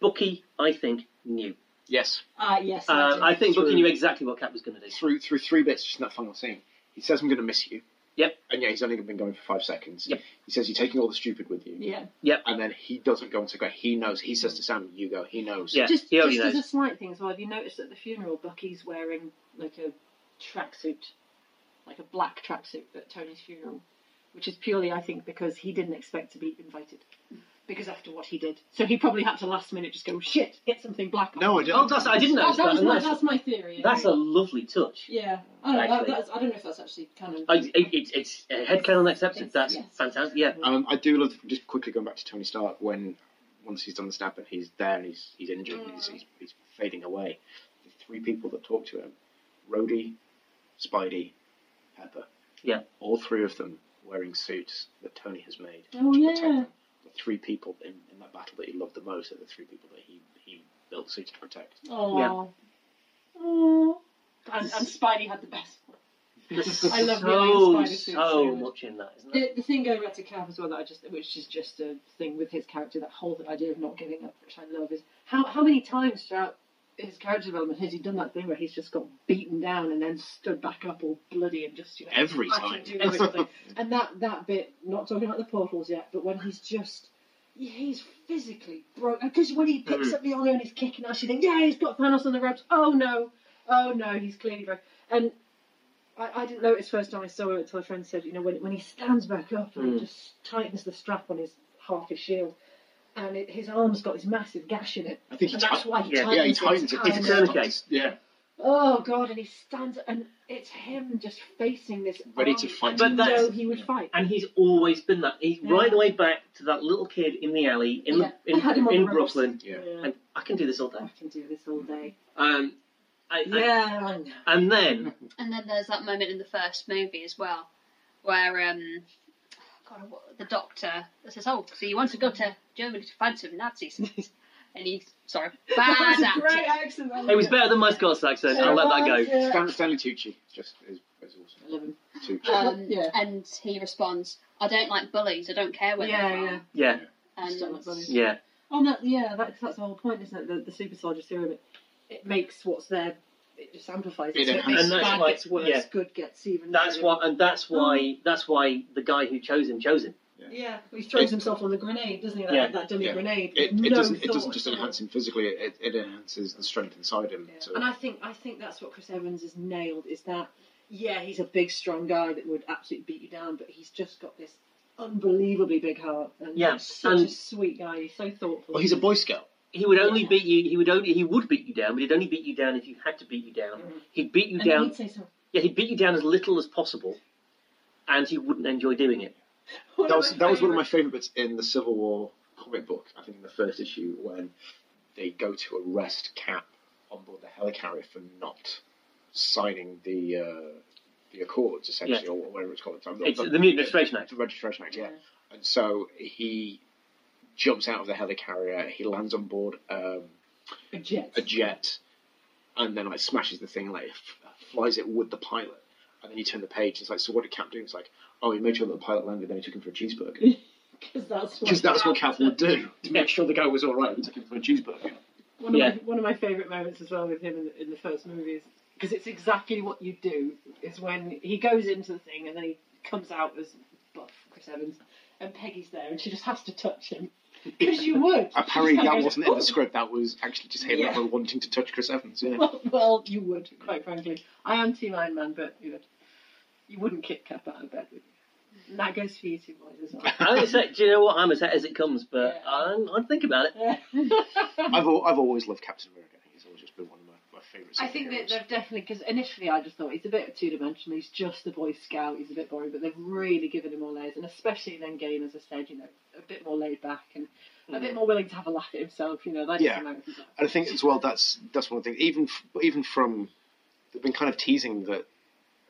D: Bucky, I think, knew.
C: yes
E: Ah, yes.
D: Uh, I think Bucky
C: True.
D: knew exactly what Cap was going to do.
C: through through three bits just in that final scene. He says, "I'm going to miss you."
D: Yep.
C: And yeah, he's only been going for five seconds.
D: Yep.
C: He says, "You're taking all the stupid with you."
E: Yeah.
C: and then he doesn't go into go. He knows. He says to Sam, "You go." He knows.
D: Yeah,
E: Just,
D: he already
E: just as a
D: knows.
E: slight thing as well, have you noticed at the funeral Bucky's wearing like a tracksuit, like a black tracksuit at Tony's funeral, which is purely, I think, because he didn't expect to be invited. Because after what he did, so he probably had to last minute just go shit, get something black. on."
C: No, I don't.
D: Oh, that's, I didn't
E: that,
D: notice
E: that
D: that.
E: was
D: and
E: my,
D: that's,
E: that's my theory.
D: that's a lovely touch.
E: yeah. I don't, know, that,
D: Actually.
E: that's, I don't know if that's actually kind of.
D: I, it, it's it's a headcanon accepted.
E: It's-
D: That's
E: yes.
D: fantastic. Yeah.
C: Um, I do love just quickly going back to Tony Stark when once he's done the snap and he's there and he's he's injured and he's, he's, he's fading away. The three people that talk to him Rhodey, Spidey, Pepper.
D: Yeah.
C: All three of them wearing suits that Tony has made.
E: Oh,
C: to protect
E: yeah.
C: them. The three people in, in that battle that he loved the most are the three people that he, he built suits to protect.
E: Aww. Aww. And, and Spidey had the best one.
D: There's
E: I love the
D: so,
E: Iron Spider suit so
D: so
E: much.
D: much in that, isn't it?
E: The, the thing going back to Cav as well, that I just, which is just a thing with his character, that whole idea of not giving up, which I love, is how, how many times throughout his character development has he done that thing where he's just got beaten down and then stood back up all bloody and just, you know,
C: Every
E: I
C: time.
E: can do everything. and that, that bit, not talking about the portals yet, but when he's just, he's physically broke. Because when he picks
C: Hmm.
E: up the honor and he's kicking ass, you think, yeah, he's got Thanos on the ropes. Oh no, oh no, he's clearly broke. And I, I didn't notice first time I saw it until a friend said, you know, when, when he stands back up and
D: Mm.
E: just tightens the strap on his half his shield, and it, his arm's got this massive gash in it,
C: I think he
E: and that's
C: tightens
E: why he
D: yeah,
E: tightens
C: Yeah, he
E: it.
C: tightens it.
E: tightens
C: It's
E: it.
D: tightens it.
C: tightens- Yeah.
E: Oh god, and he stands and it's him just facing this.
C: Ready
E: arm
C: to fight.
E: that
D: But
E: you
D: that's-
E: know he would fight.
D: And he's always been that. He's
E: Yeah.
D: right the way back to that little kid in the alley in
E: Yeah,
D: the,
E: I had him
D: in,
E: on
D: in
E: the ropes.
D: Brooklyn.
C: Yeah.
E: Yeah.
D: And I can do this all day.
E: I can do this all day.
D: Um, I, I-
E: Yeah, I know.
D: and then
F: And then there's that moment in the first movie as well, where um, God, what, the doctor says, "Oh, so you want to go to Germany to fight some Nazis?" and he's sorry, bad
E: That was a great
F: acting.
E: accent. I
D: it was
E: love
D: better than my Scots accent. I'll let that go.
E: Yeah.
C: Stan, Stanley Tucci just is, is
E: I love him.
C: awesome. Tucci.
F: Um,
E: Yeah.
F: And he responds, "I don't like bullies. I don't care where
E: Yeah,
F: they're
E: yeah.
F: from."
D: Yeah,
E: Just don't like bullies.
F: And
D: yeah.
E: Oh no, yeah, that's that's the whole point, isn't it? The, the super soldier serum, it, it makes what's there, it just amplifies it.
C: It
E: so it makes
C: enhances
E: bad
D: it. And
E: gets
D: that's
E: worse,
D: why- yeah.
E: good gets even.
D: That's
E: better.
D: why, and that's why, that's why the guy who chose him chose him.
E: Yeah, he throws himself on the grenade, doesn't he? That,
D: Yeah.
E: that dummy
C: Yeah.
E: grenade.
C: It,
E: with
C: it
E: no
C: doesn't. It
E: thought.
C: doesn't just enhance him physically. It, it enhances the strength inside him.
E: Yeah.
C: So
E: And I think I think that's what Chris Evans has nailed is that yeah he's a big strong guy that would absolutely beat you down but he's just got this unbelievably big heart and
D: Yeah,
E: he's such
D: and-
E: a sweet guy he's so thoughtful
C: well, he's a Boy Scout.
D: He would only
E: Yeah.
D: beat you. He would only. He would beat you down, but he'd only beat you down if you had to beat you down.
E: Mhm.
D: He'd beat you
E: and
D: down.
E: he'd say something
D: Yeah, he'd beat you down as little as possible, and he wouldn't enjoy doing it.
E: One
C: That
E: of
C: was
E: my
C: that was one of my
E: favourite-
C: favourite bits in the Civil War comic book. I think in the first issue when they go to arrest Cap on board the helicarrier for not signing the uh, the accords, essentially,
D: Yeah.
C: or whatever it's called. at the time.
D: It's the Administration Act.
C: The registration act, yeah. And so he jumps out of the helicarrier. He lands on board. Um,
E: a jet
C: a jet and then like smashes the thing and like f- flies it with the pilot and then you turn the page it's like so what did cap do it's like oh he made sure that the pilot landed then he took him for a cheeseburger
E: because that's
C: because that's what cap would do to
D: Yeah.
C: make sure the guy was all right he took him for a cheeseburger
E: One
D: Yeah.
E: of my, one of my favourite moments as well with him in the, in the first movie is because it's exactly what you do is when he goes into the thing and then he comes out as buff Chris Evans and Peggy's there and she just has to touch him because you would.
C: apparently
E: She just
C: that
E: goes,
C: wasn't in
E: "Oh."
C: the script that was actually just Haley
E: Yeah.
C: Atwell wanting to touch Chris Evans yeah
E: Well, well, you would, quite frankly. I am Team Iron Man, but you know, you wouldn't kick Cap out of bed. Would you? And that goes for you two boys as well.
D: I'm as set. Do you know what? I'm as set as it comes, but
E: Yeah.
D: I'm, I'd think about it.
E: Yeah.
C: I've, al- I've always loved Captain America he's always just been one of my, my favourite
E: I think that
C: superheroes.
E: they've definitely because initially I just thought he's a bit two dimensional. He's just a boy scout. He's a bit boring, but they've really given him more layers, and especially then Gain, as I said, you know, a bit more laid back and a
D: Mm.
E: bit more willing to have a laugh at himself. You know, that
C: Yeah.
E: is American.
C: And I think as well that's that's one of the things. Even f- even from they've been kind of teasing that,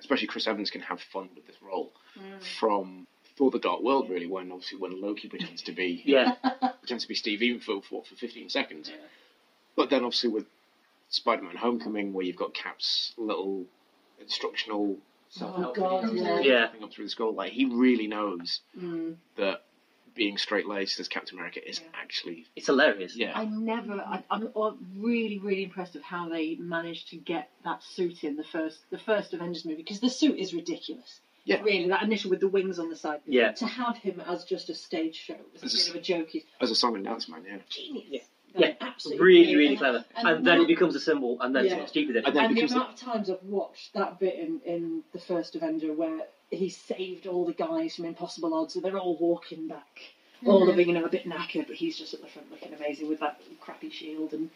C: especially Chris Evans can have fun with this role Mm. from Thor: The Dark World. Really, when obviously when Loki pretends to be
D: Yeah,
C: pretends to be Steve, even for for, for fifteen seconds.
E: Yeah.
C: But then obviously with Spider-Man: Homecoming, where you've got Cap's little instructional self-help
E: God,
C: videos
E: yeah.
C: and
D: Yeah.
C: everything up through the school, like he really knows
E: Mm.
C: that being straight-laced as Captain America is
E: Yeah.
C: actually
D: it's hilarious.
C: yeah.
E: I never. I, I'm all- really, really impressed with how they managed to get that suit in the first, the first Avengers movie because the suit is ridiculous.
C: Yeah.
E: Really, that initial with the wings on the side.
D: Yeah.
E: To have him as just a stage show was a
C: As
E: bit of a joke. He's
C: As a song and dance man, yeah.
E: genius.
D: Yeah.
E: They're
D: Yeah.
E: Absolutely.
D: Really,
E: brilliant.
D: really clever.
E: and
D: And then
E: that-
D: it becomes a symbol, and then it's
E: Yeah.
D: not stupid
C: And
D: anymore.
C: then
E: and the
C: becomes the-
E: amount of times I've watched that bit in, in the first Avenger where he saved all the guys from impossible odds and they're all walking back.
F: Mm.
E: All
D: Mm-hmm.
E: of them, you know, a bit knackered, but he's just at the front looking amazing with that crappy shield and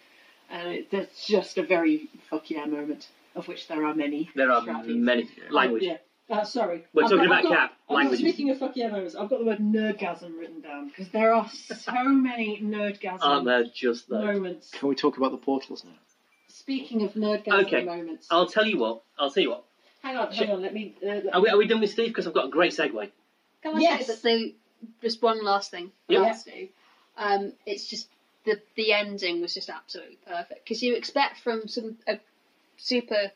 E: and it, that's just a very fuck yeah moment of which there are many.
D: There are
E: throughout these.
D: many language.
E: Yeah. Uh, sorry.
D: We're
E: I've got-
D: talking about
E: I've got-
D: Cap,
E: I've got-
D: language.
E: Speaking of fuck yeah moments, I've got the word nerdgasm written down because there are so many nerdgasm
D: Aren't there just those?
E: moments.
C: Can we talk about the portals now?
E: Speaking of nerdgasm
D: Okay.
E: moments.
D: I'll tell you what. I'll tell you what.
E: Hang on, hang on, let me. Uh, let
D: Are we, are we done with Steve? Because I've got a great segue.
F: Can I
E: Yes.
F: say that the, just one last thing?
D: Yeah.
F: Last two. Um, it's just the the ending was just absolutely perfect because you expect from some a super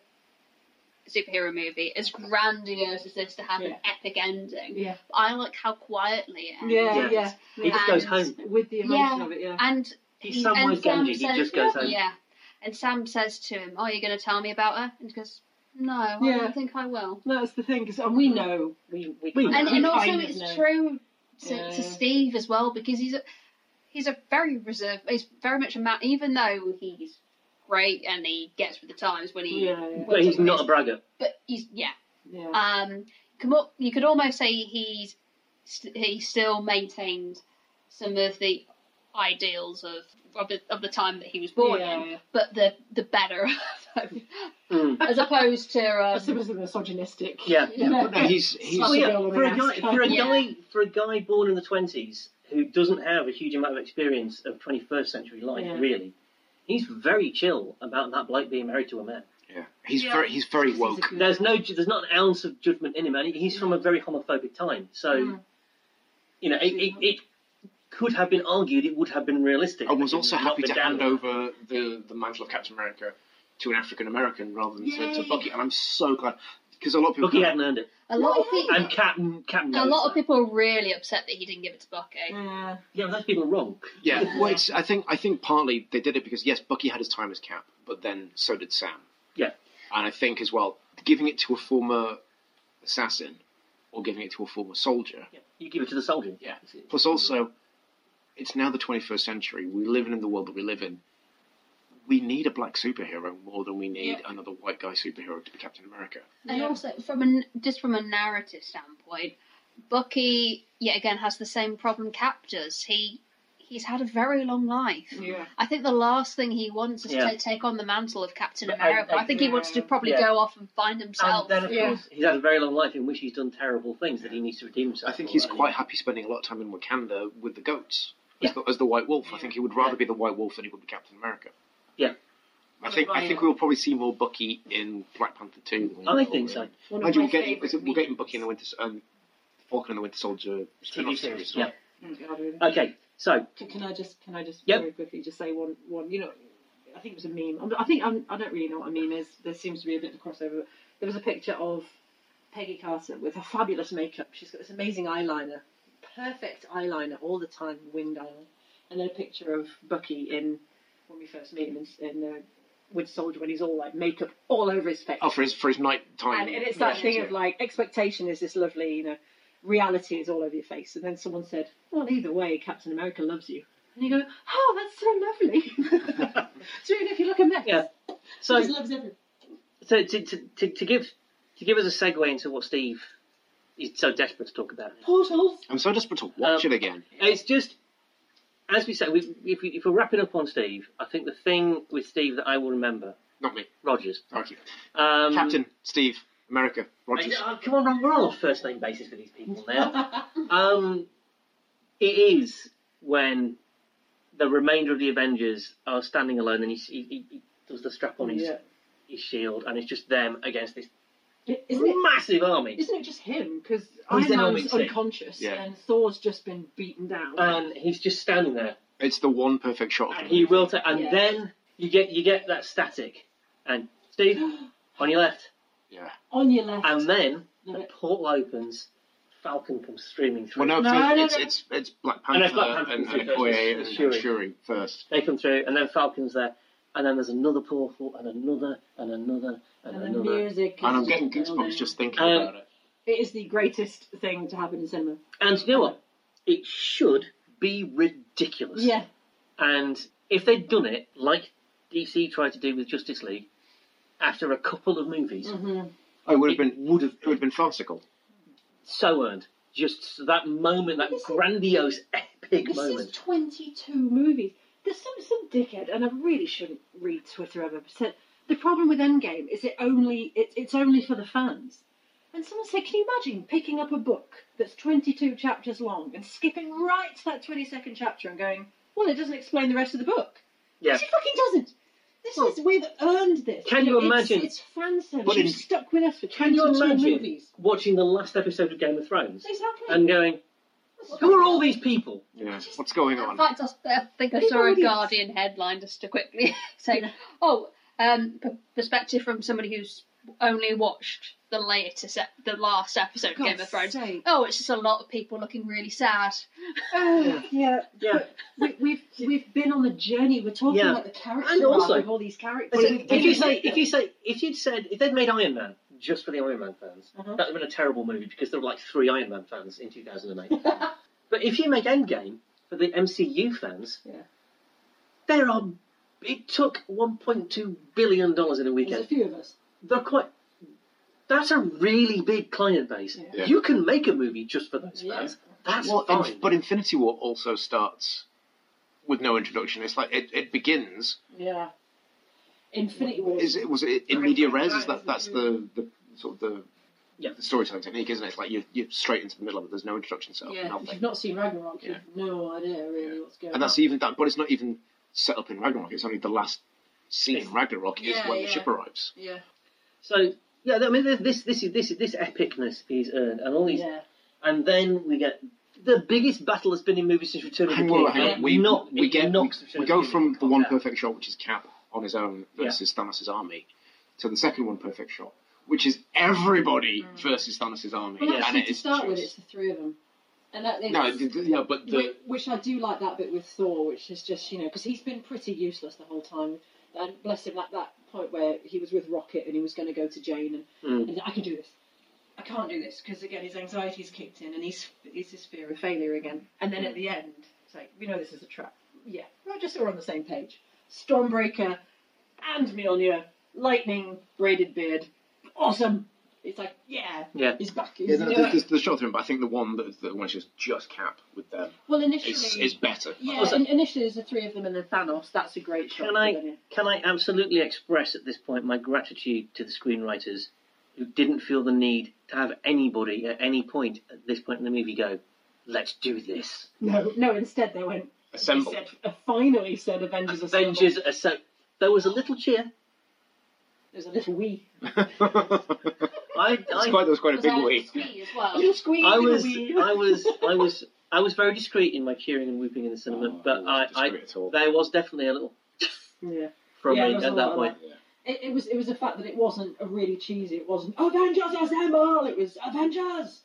F: superhero movie as grandiose as this to have an
E: Yeah.
F: epic ending.
E: Yeah.
F: But I like how quietly it ends.
E: Yeah,
D: Yeah.
E: yeah,
D: He just goes
F: And-
D: home.
E: With the emotion
F: Yeah.
E: of it, yeah.
F: And
D: He's Samwise
F: and Sam
D: Gamgee. He
F: says-
D: just goes home.
F: Yeah. And Sam says to him, "Oh, you're going to tell me about her?" And he goes, "No, I
E: Yeah.
F: don't think I will."
E: That's the thing, 'cause- and we know we we
D: We
E: kind
D: know.
F: and,
E: of-
F: and
E: we
F: also
E: kind of
F: it's
E: know.
F: true to,
E: Yeah.
F: to Steve as well because he's a he's a very reserved. He's very much a man, even though he's great and he gets with the times when he.
E: Yeah, yeah,
D: But he's not a bragger.
F: But he's yeah.
E: yeah.
F: Um, come up, you could almost say he's st- he still maintained some of the ideals of of the, of the time that he was born in,
E: Yeah.
F: but the the better of them,
D: Mm.
F: as opposed to
E: I
F: um,
E: suppose it's misogynistic.
D: Yeah.
E: You know,
C: No, he's he's
E: Oh,
D: Well, yeah,
E: yeah,
D: for a guy,
E: woman-esque.
D: for a
F: Yeah.
D: guy, for a guy born in the twenties who doesn't have a huge amount of experience of twenty-first century life,
E: Yeah.
D: really, he's very chill about that bloke being married to a man.
C: yeah. He's
F: Yeah.
C: very he's very
E: He's a
C: woke.
E: good-
D: There's no, ju- there's not an ounce of judgment in him, and he's from a very homophobic time, so
F: Hmm.
E: Mm.
D: you know it, it, it could have been argued it would have been realistic.
C: I was
D: but
C: also
D: it's not
C: happy
D: been
C: to
D: done.
C: hand over the, the mantle of Captain America to an African American rather than to, to
F: Yay.
C: Bucky, and I'm so glad because a lot of people.
D: Bucky hadn't earned it,
F: a lot of people.
D: and Captain Captain.
F: A
D: knows
F: lot
D: that.
F: of people are really upset that he didn't give it to Bucky.
E: Yeah.
D: Yeah, but those people are wrong.
C: Yeah, well, it's, I think I think partly they did it because yes, Bucky had his time as Cap, but then so did Sam.
D: Yeah.
C: and I think as well giving it to a former assassin or giving it to a former soldier.
D: Yeah, You give it to the soldier.
C: Yeah. Plus, also, it's now the 21st century. We live in the world that we live in. We need a black superhero more than we need another white guy superhero to be Captain America.
F: And
E: Yeah.
F: also, from a just from a narrative standpoint, Bucky yet again has the same problem. Cap does. He he's had a very long life.
E: Yeah.
F: I think the last thing he wants is
D: Yeah.
F: to take on the mantle of Captain
D: But I-
F: America. I,
D: I-
F: think he wants to probably
D: Yeah.
F: go off and find
D: And
F: himself.
D: then, of
E: Yeah.
D: course, he's had a very long life in which he's done terrible things that he needs to redeem
C: I
D: himself.
C: think
D: for,
C: he's
D: and
C: quite happy spending a lot of time in Wakanda with the goats as,
D: Yeah.
C: the, as the White Wolf. I think he would rather
D: Yeah.
C: be the White Wolf than he would be Captain America.
D: Yeah.
C: I think I think we'll probably see more Bucky in Black Panther two.
D: I think so.
E: One of
C: Mind you,
E: my
C: we're getting
E: favourite
C: is it- we're getting
E: memes.
C: Bucky in the Winter S- um, Falcon and the Winter Soldier
D: TV
C: spin-off series.
D: series.
C: as well.
D: Yeah.
E: Oh, God, really.
D: Okay. So
E: Can, can I just can I just
D: Yep.
E: very quickly just say one one you know I think it was a meme I'm- I think I'm, I don't really know what a meme is there seems to be a bit of a crossover but there was a picture of Peggy Carter with her fabulous makeup she's got this amazing eyeliner perfect eyeliner all the time winged eyeliner and then a picture of Bucky in when we first meet him in, in uh, Winter Soldier when he's all like makeup all over his face
C: Oh, for his for his night time.
E: and, and it's that thing of like expectation is this lovely, you know, reality is all over your face. And then someone said, "Well, either way, Captain America loves you." And you go, "Oh, that's so lovely." so even if you look a mess,
D: Yeah.
E: he
D: so
E: just loves everyone.
D: so to, to, to, to give to give us a segue into what Steve is so desperate to talk about.
E: Portals.
C: I'm so desperate to watch
D: Um,
C: it again.
D: It's just as we said, we, if, we, if we're wrapping up on Steve, I think the thing with Steve that I will remember,
C: Not me.
D: Rogers,
C: Okay.
D: um,
C: Captain, Steve, America, Rogers.
D: I- oh, come on, we're all on a first name basis with these people now. um, it is when the remainder of the Avengers are standing alone, and he, he, he he does the strap on his,
E: Yeah.
D: his shield, and it's just them against this
E: I- Isn't it?
D: massive army.
E: Isn't it just him? Because
D: He's
E: Iron
D: in all
E: Man's
D: mixed in.
E: unconscious
C: Yeah.
E: and Thor's just been beaten down.
D: and he's just standing there,
C: It's the one perfect shot of
D: and
C: the
D: he
C: movie.
D: will. Ta- and
E: Yeah.
D: then you get you get that static, and Steve on your left,
C: Yeah.
E: On your left.
D: and then
E: No,
D: the portal opens, Falcon comes streaming through.
C: Well, no,
E: No,
C: it's,
E: no,
C: it's,
E: no.
C: it's it's Black
D: And
C: Panther
D: it's
C: and,
D: Black Panther
C: and,
D: first,
C: Okoye
D: it's
C: and,
D: Shuri.
C: Shuri. first.
D: They come through, and then Falcon's there, and then there's another portal, and another, and another, and,
E: and the
D: another.
E: music. is
C: And I'm
E: just
C: getting
E: building.
C: goosebumps just thinking
D: Um,
C: about it.
E: It is the greatest thing to happen in cinema.
D: And you know what? It should be ridiculous.
E: Yeah.
D: And if they'd done it like DC tried to do with Justice League, after a couple of movies,
E: hmm
C: Oh, it would
D: it
C: have been
D: would have
C: it would have been farcical.
D: so earned. Just that moment, that
E: This is-
D: grandiose, epic
E: This
D: moment.
E: is 22 movies. There's some, some dickhead, and I really shouldn't read Twitter ever, but said, the problem with Endgame is it only it, it's only for the fans. And someone said, can you imagine picking up a book that's 22 chapters long and skipping right to that 22nd chapter and going, well, it doesn't explain the rest of the book.
D: Yeah.
E: Yes, it fucking doesn't. This is we've earned this.
D: Can you
E: It's-
D: imagine-
E: It's, fan service.
D: But
E: You've
D: it's-
E: stuck with us for
D: Can you
E: 22
D: imagine
E: movies.
D: watching the last episode of Game of Thrones
E: Exactly.
D: and going, who are all these people?
C: Yeah. What's going
F: In
C: on?
F: fact, I- I uh, think I
E: Big
F: saw a
E: audience.
F: Guardian headline just to quickly say, "Oh, um, p- perspective from somebody who's only watched the latest, ep- the last episode of Game
E: God's
F: of Thrones."
E: sake.
F: Oh, it's just a lot of people looking really sad.
E: Oh, yeah.
D: Yeah.
E: We, we've we've been on the journey. We're talking
D: Yeah.
E: about the character
D: And also-
E: arc of all these characters.
D: Listen,
E: We've
D: if you
E: been-
D: say, if you say, if you'd said, if they'd made Iron Man just for the Iron Man fans,
E: Uh-huh.
D: that would have been a terrible movie because there were like three Iron Man fans in 2008. but if you make Endgame for the MCU fans,
E: Yeah.
D: there are. It took 1.2 billion dollars in
E: there's
D: a
E: a
D: weekend.
E: few of us.
D: They're quite. That's a really big client base.
E: Yeah.
C: Yeah.
D: You can make a movie just for those
E: Yeah.
D: fans. That's
C: Well, in-
D: fine.
C: but Infinity War also starts with no introduction. It's like it, it begins.
E: Yeah. Infinity War.
C: Is it was it in media res? Is that that's the, the sort of the,
D: Yeah.
C: the storytelling technique, isn't it? It's like you you're straight into the middle of it. There's no introduction set up.
F: Yeah.
E: If
C: nothing.
E: you've not seen Ragnarok,
C: Yeah.
E: you've no idea really what's going on.
C: And that's even that, but it's not even set up in Ragnarok. It's only the last scene in Ragnarok is
F: Yeah,
C: when
F: yeah.
C: the ship arrives.
E: yeah.
D: so yeah, I mean, this this is this is this epicness is earned, and all these,
E: Yeah.
D: and then we get the biggest battle that's been in movies since Return of the
C: Hang
D: King.
C: on, hang
D: and
C: on. We,
D: not
C: we
D: it
C: get we,
D: knocks Return
C: we
D: of the
C: go
D: King
C: from the one
D: out.
C: perfect shot, which is Cap on his own versus Thanos' army, to the second one perfect shot, which is everybody versus Thanos' army.
E: Well,
C: and
E: actually,
C: it
E: to
C: is
E: start with,
C: just-
E: it's the three of them. And that,
C: No,
E: it's-
C: d- d- yeah, but the,
E: Whi- which I do like that bit with Thor, which is just you know because he's been pretty useless the whole time. And bless him, at that point where he was with Rocket and he was going to go to Jane, and,
D: Mm.
E: and I can do this. I can't do this because again his anxiety's kicked in and he's it's his fear of failure again. And then at the end, it's like we know this is a trap. Yeah, right. Just so we're on the same page. Stormbreaker and Mjolnir, lightning braided beard, awesome. It's like yeah,
D: Yeah.
E: he's back. He's
C: yeah, no,
E: doing
C: there's,
E: it.
C: there's the shot of him, but I think the one that the one is just Cap with them
E: well, initially
C: is is better.
E: Yeah,
D: Also-
E: in- initially there's the three of them and then Thanos. That's a great shot.
D: Can I can I absolutely express at this point my gratitude to the screenwriters who didn't feel the need to have anybody at any point at this point in the movie go, let's do this.
E: No, no. Instead, they went. They
C: Assemble.
E: said, uh, finally said Avengers. Assemble.
D: Avengers are so there was a little cheer.
E: There's a little wee.
C: it's
D: I I,
C: quite, that was quite a
F: Was
C: big
F: that
C: way.
F: squee as
E: A
F: well.
E: little squeeze.
D: I
E: and a
D: was
E: wee.
D: I was I was I was very discreet in my cheering and whooping in the cinema,
C: Oh,
D: but
C: it
D: I,
C: wasn't
D: I
C: discreet at all.
D: there was definitely a little
E: Yeah.
D: from
E: Yeah, there
D: me
E: was a
D: at
E: lot
D: that
E: of
D: point.
E: It, it was. It was the fact that it wasn't a really cheesy. It wasn't Avengers Assemble. It was Avengers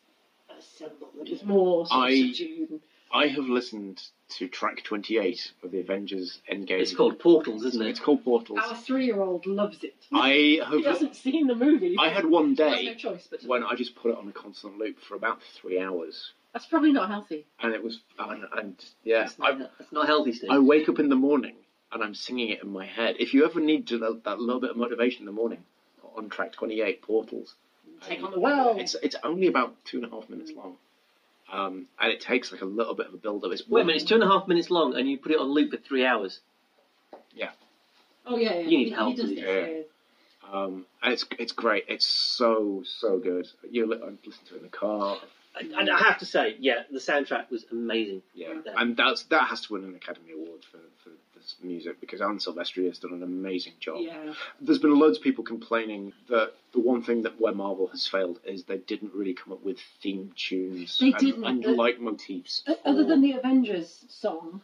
E: Assemble. It was more sort of
C: I-
E: subdued. and-
C: I have listened to track 28 of the Avengers Endgame.
D: It's called Portals, isn't
C: It's
D: it?
C: called Portals.
E: Our three-year-old loves it.
C: I
E: He
C: have.
E: hasn't seen the movie.
C: I had one
E: He has no
C: day
E: choice but to-
C: when I just put it on a constant loop for about three hours,
E: That's probably not healthy.
C: and it was. And, and yeah,
D: It's
C: I,
D: not, it's not healthy, Steve.
C: I wake up in the morning and I'm singing it in my head. If you ever need to, that, that little bit of motivation in the morning, on track 28 Portals.
E: Take
C: And
E: on the world.
C: It's it's only about two and a half minutes long, um, and it takes like a little bit of a build up. It's
D: Wait a minute, it's two and a half minutes long, and you put it on loop for three hours.
E: Oh yeah, yeah.
D: You need
E: he, He
D: help,
E: does
D: do
E: this,
C: you?
E: yeah.
C: Um, and it's it's great. It's so so good. You li- I listen to it in the car.
D: And I have to say, yeah, the soundtrack was amazing.
C: Yeah, and that's that has to win an Academy Award for, for this music because Alan Silvestri has done an amazing job.
E: Yeah.
C: There's been loads of people complaining that the one thing that where Marvel has failed is they didn't really come up with theme tunes
E: They
C: and,
E: didn't.
C: and
E: The-
C: like motifs.
E: O- Other than the Avengers song,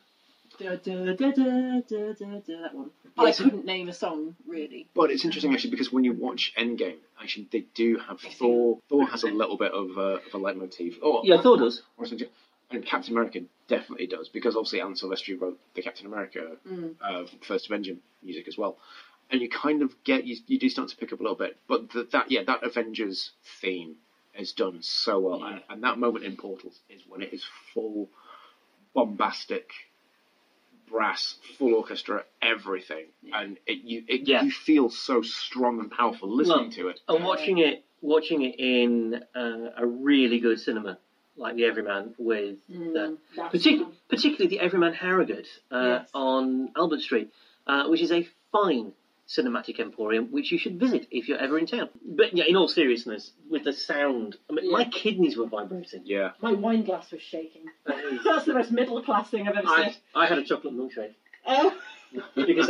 E: da, da, da, da, da, da, da, that one, I
C: Yes.
E: couldn't name a song really.
C: But it's interesting actually because when you watch Endgame, actually they do have
E: Yes,
C: Thor. Thor has a little bit of, uh, of a leitmotif. Oh,
D: Yeah, Thor does.
C: or something. And Captain America definitely does because obviously Alan Silvestri wrote the Captain America
D: Mm.
C: uh, First Avenger music as well. And you kind of get you, you do start to pick up a little bit, but th that yeah that Avengers theme is done so well, and, and that moment in Portals is when it is full bombastic brass, full orchestra, everything, and it you it,
D: Yeah.
C: you feel so strong and powerful listening
D: Well,
C: to it.
D: And watching it, watching it in uh, a really good cinema like the Everyman with the, partic- particularly the Everyman Harrogate uh,
E: Mm. Yes.
D: on Albert Street, uh, which is a fine cinematic emporium which you should visit if you're ever in town. But yeah, in all seriousness, with the sound, I mean, my
E: Yeah.
D: kidneys were vibrating.
C: Yeah,
E: My wine glass was shaking.
D: That is-
E: That's the most middle class thing I've ever
D: I,
E: said.
D: I had a chocolate milkshake.
E: Oh,
D: because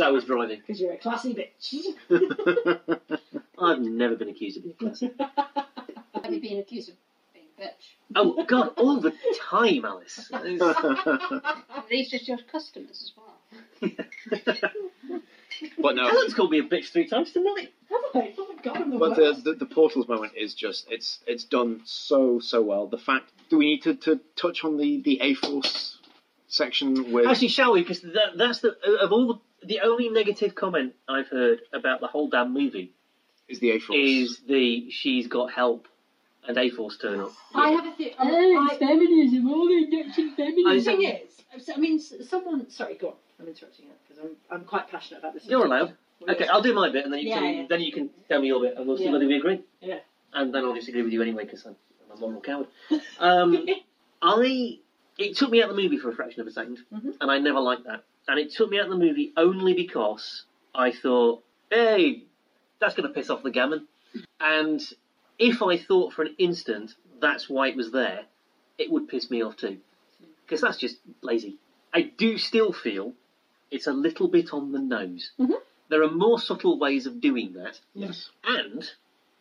D: I was driving.
E: Because you're a classy bitch.
D: I've never been accused of being classy.
F: Have you been accused of being a bitch?
D: Oh God, all the time, Alice. It's-
F: Are these just your customers as well?
C: but no,
D: Alan's called me a bitch three times tonight.
E: Have I? Oh my god, I'm the
C: But the,
E: worst.
C: the the portals moment is just it's it's done so so well. The fact do we need to, to touch on the the A Force section with
D: Actually, shall we? Because that, that's the of all the, the only negative comment I've heard about the whole damn movie
C: is the A Force?
D: is the she's got help and A Force turn up.
E: I have a theory.
F: Oh,
E: I,
F: feminism, all injection
E: the
D: feminism.
E: thing is, I mean, s- someone. Sorry, go on. I'm interrupting you because I'm, I'm quite passionate about this.
D: You're allowed. Okay, I'll do my bit, and then you
E: Yeah,
D: can
E: yeah.
D: then you can tell me your bit, and we'll see
E: Yeah.
D: whether we agree.
E: Yeah.
D: And then I'll disagree with you anyway, because I'm, I'm a moral coward. Um, I it took me out of the movie for a fraction of a 2nd
E: Mhm.
D: and I never liked that. And it took me out of the movie only because I thought, hey, that's going to piss off the gammon. And if I thought for an instant that's why it was there, it would piss me off too, because that's just lazy. I do still feel it's a little bit on the nose.
E: Mhm.
D: There are more subtle ways of doing that.
C: yes.
D: And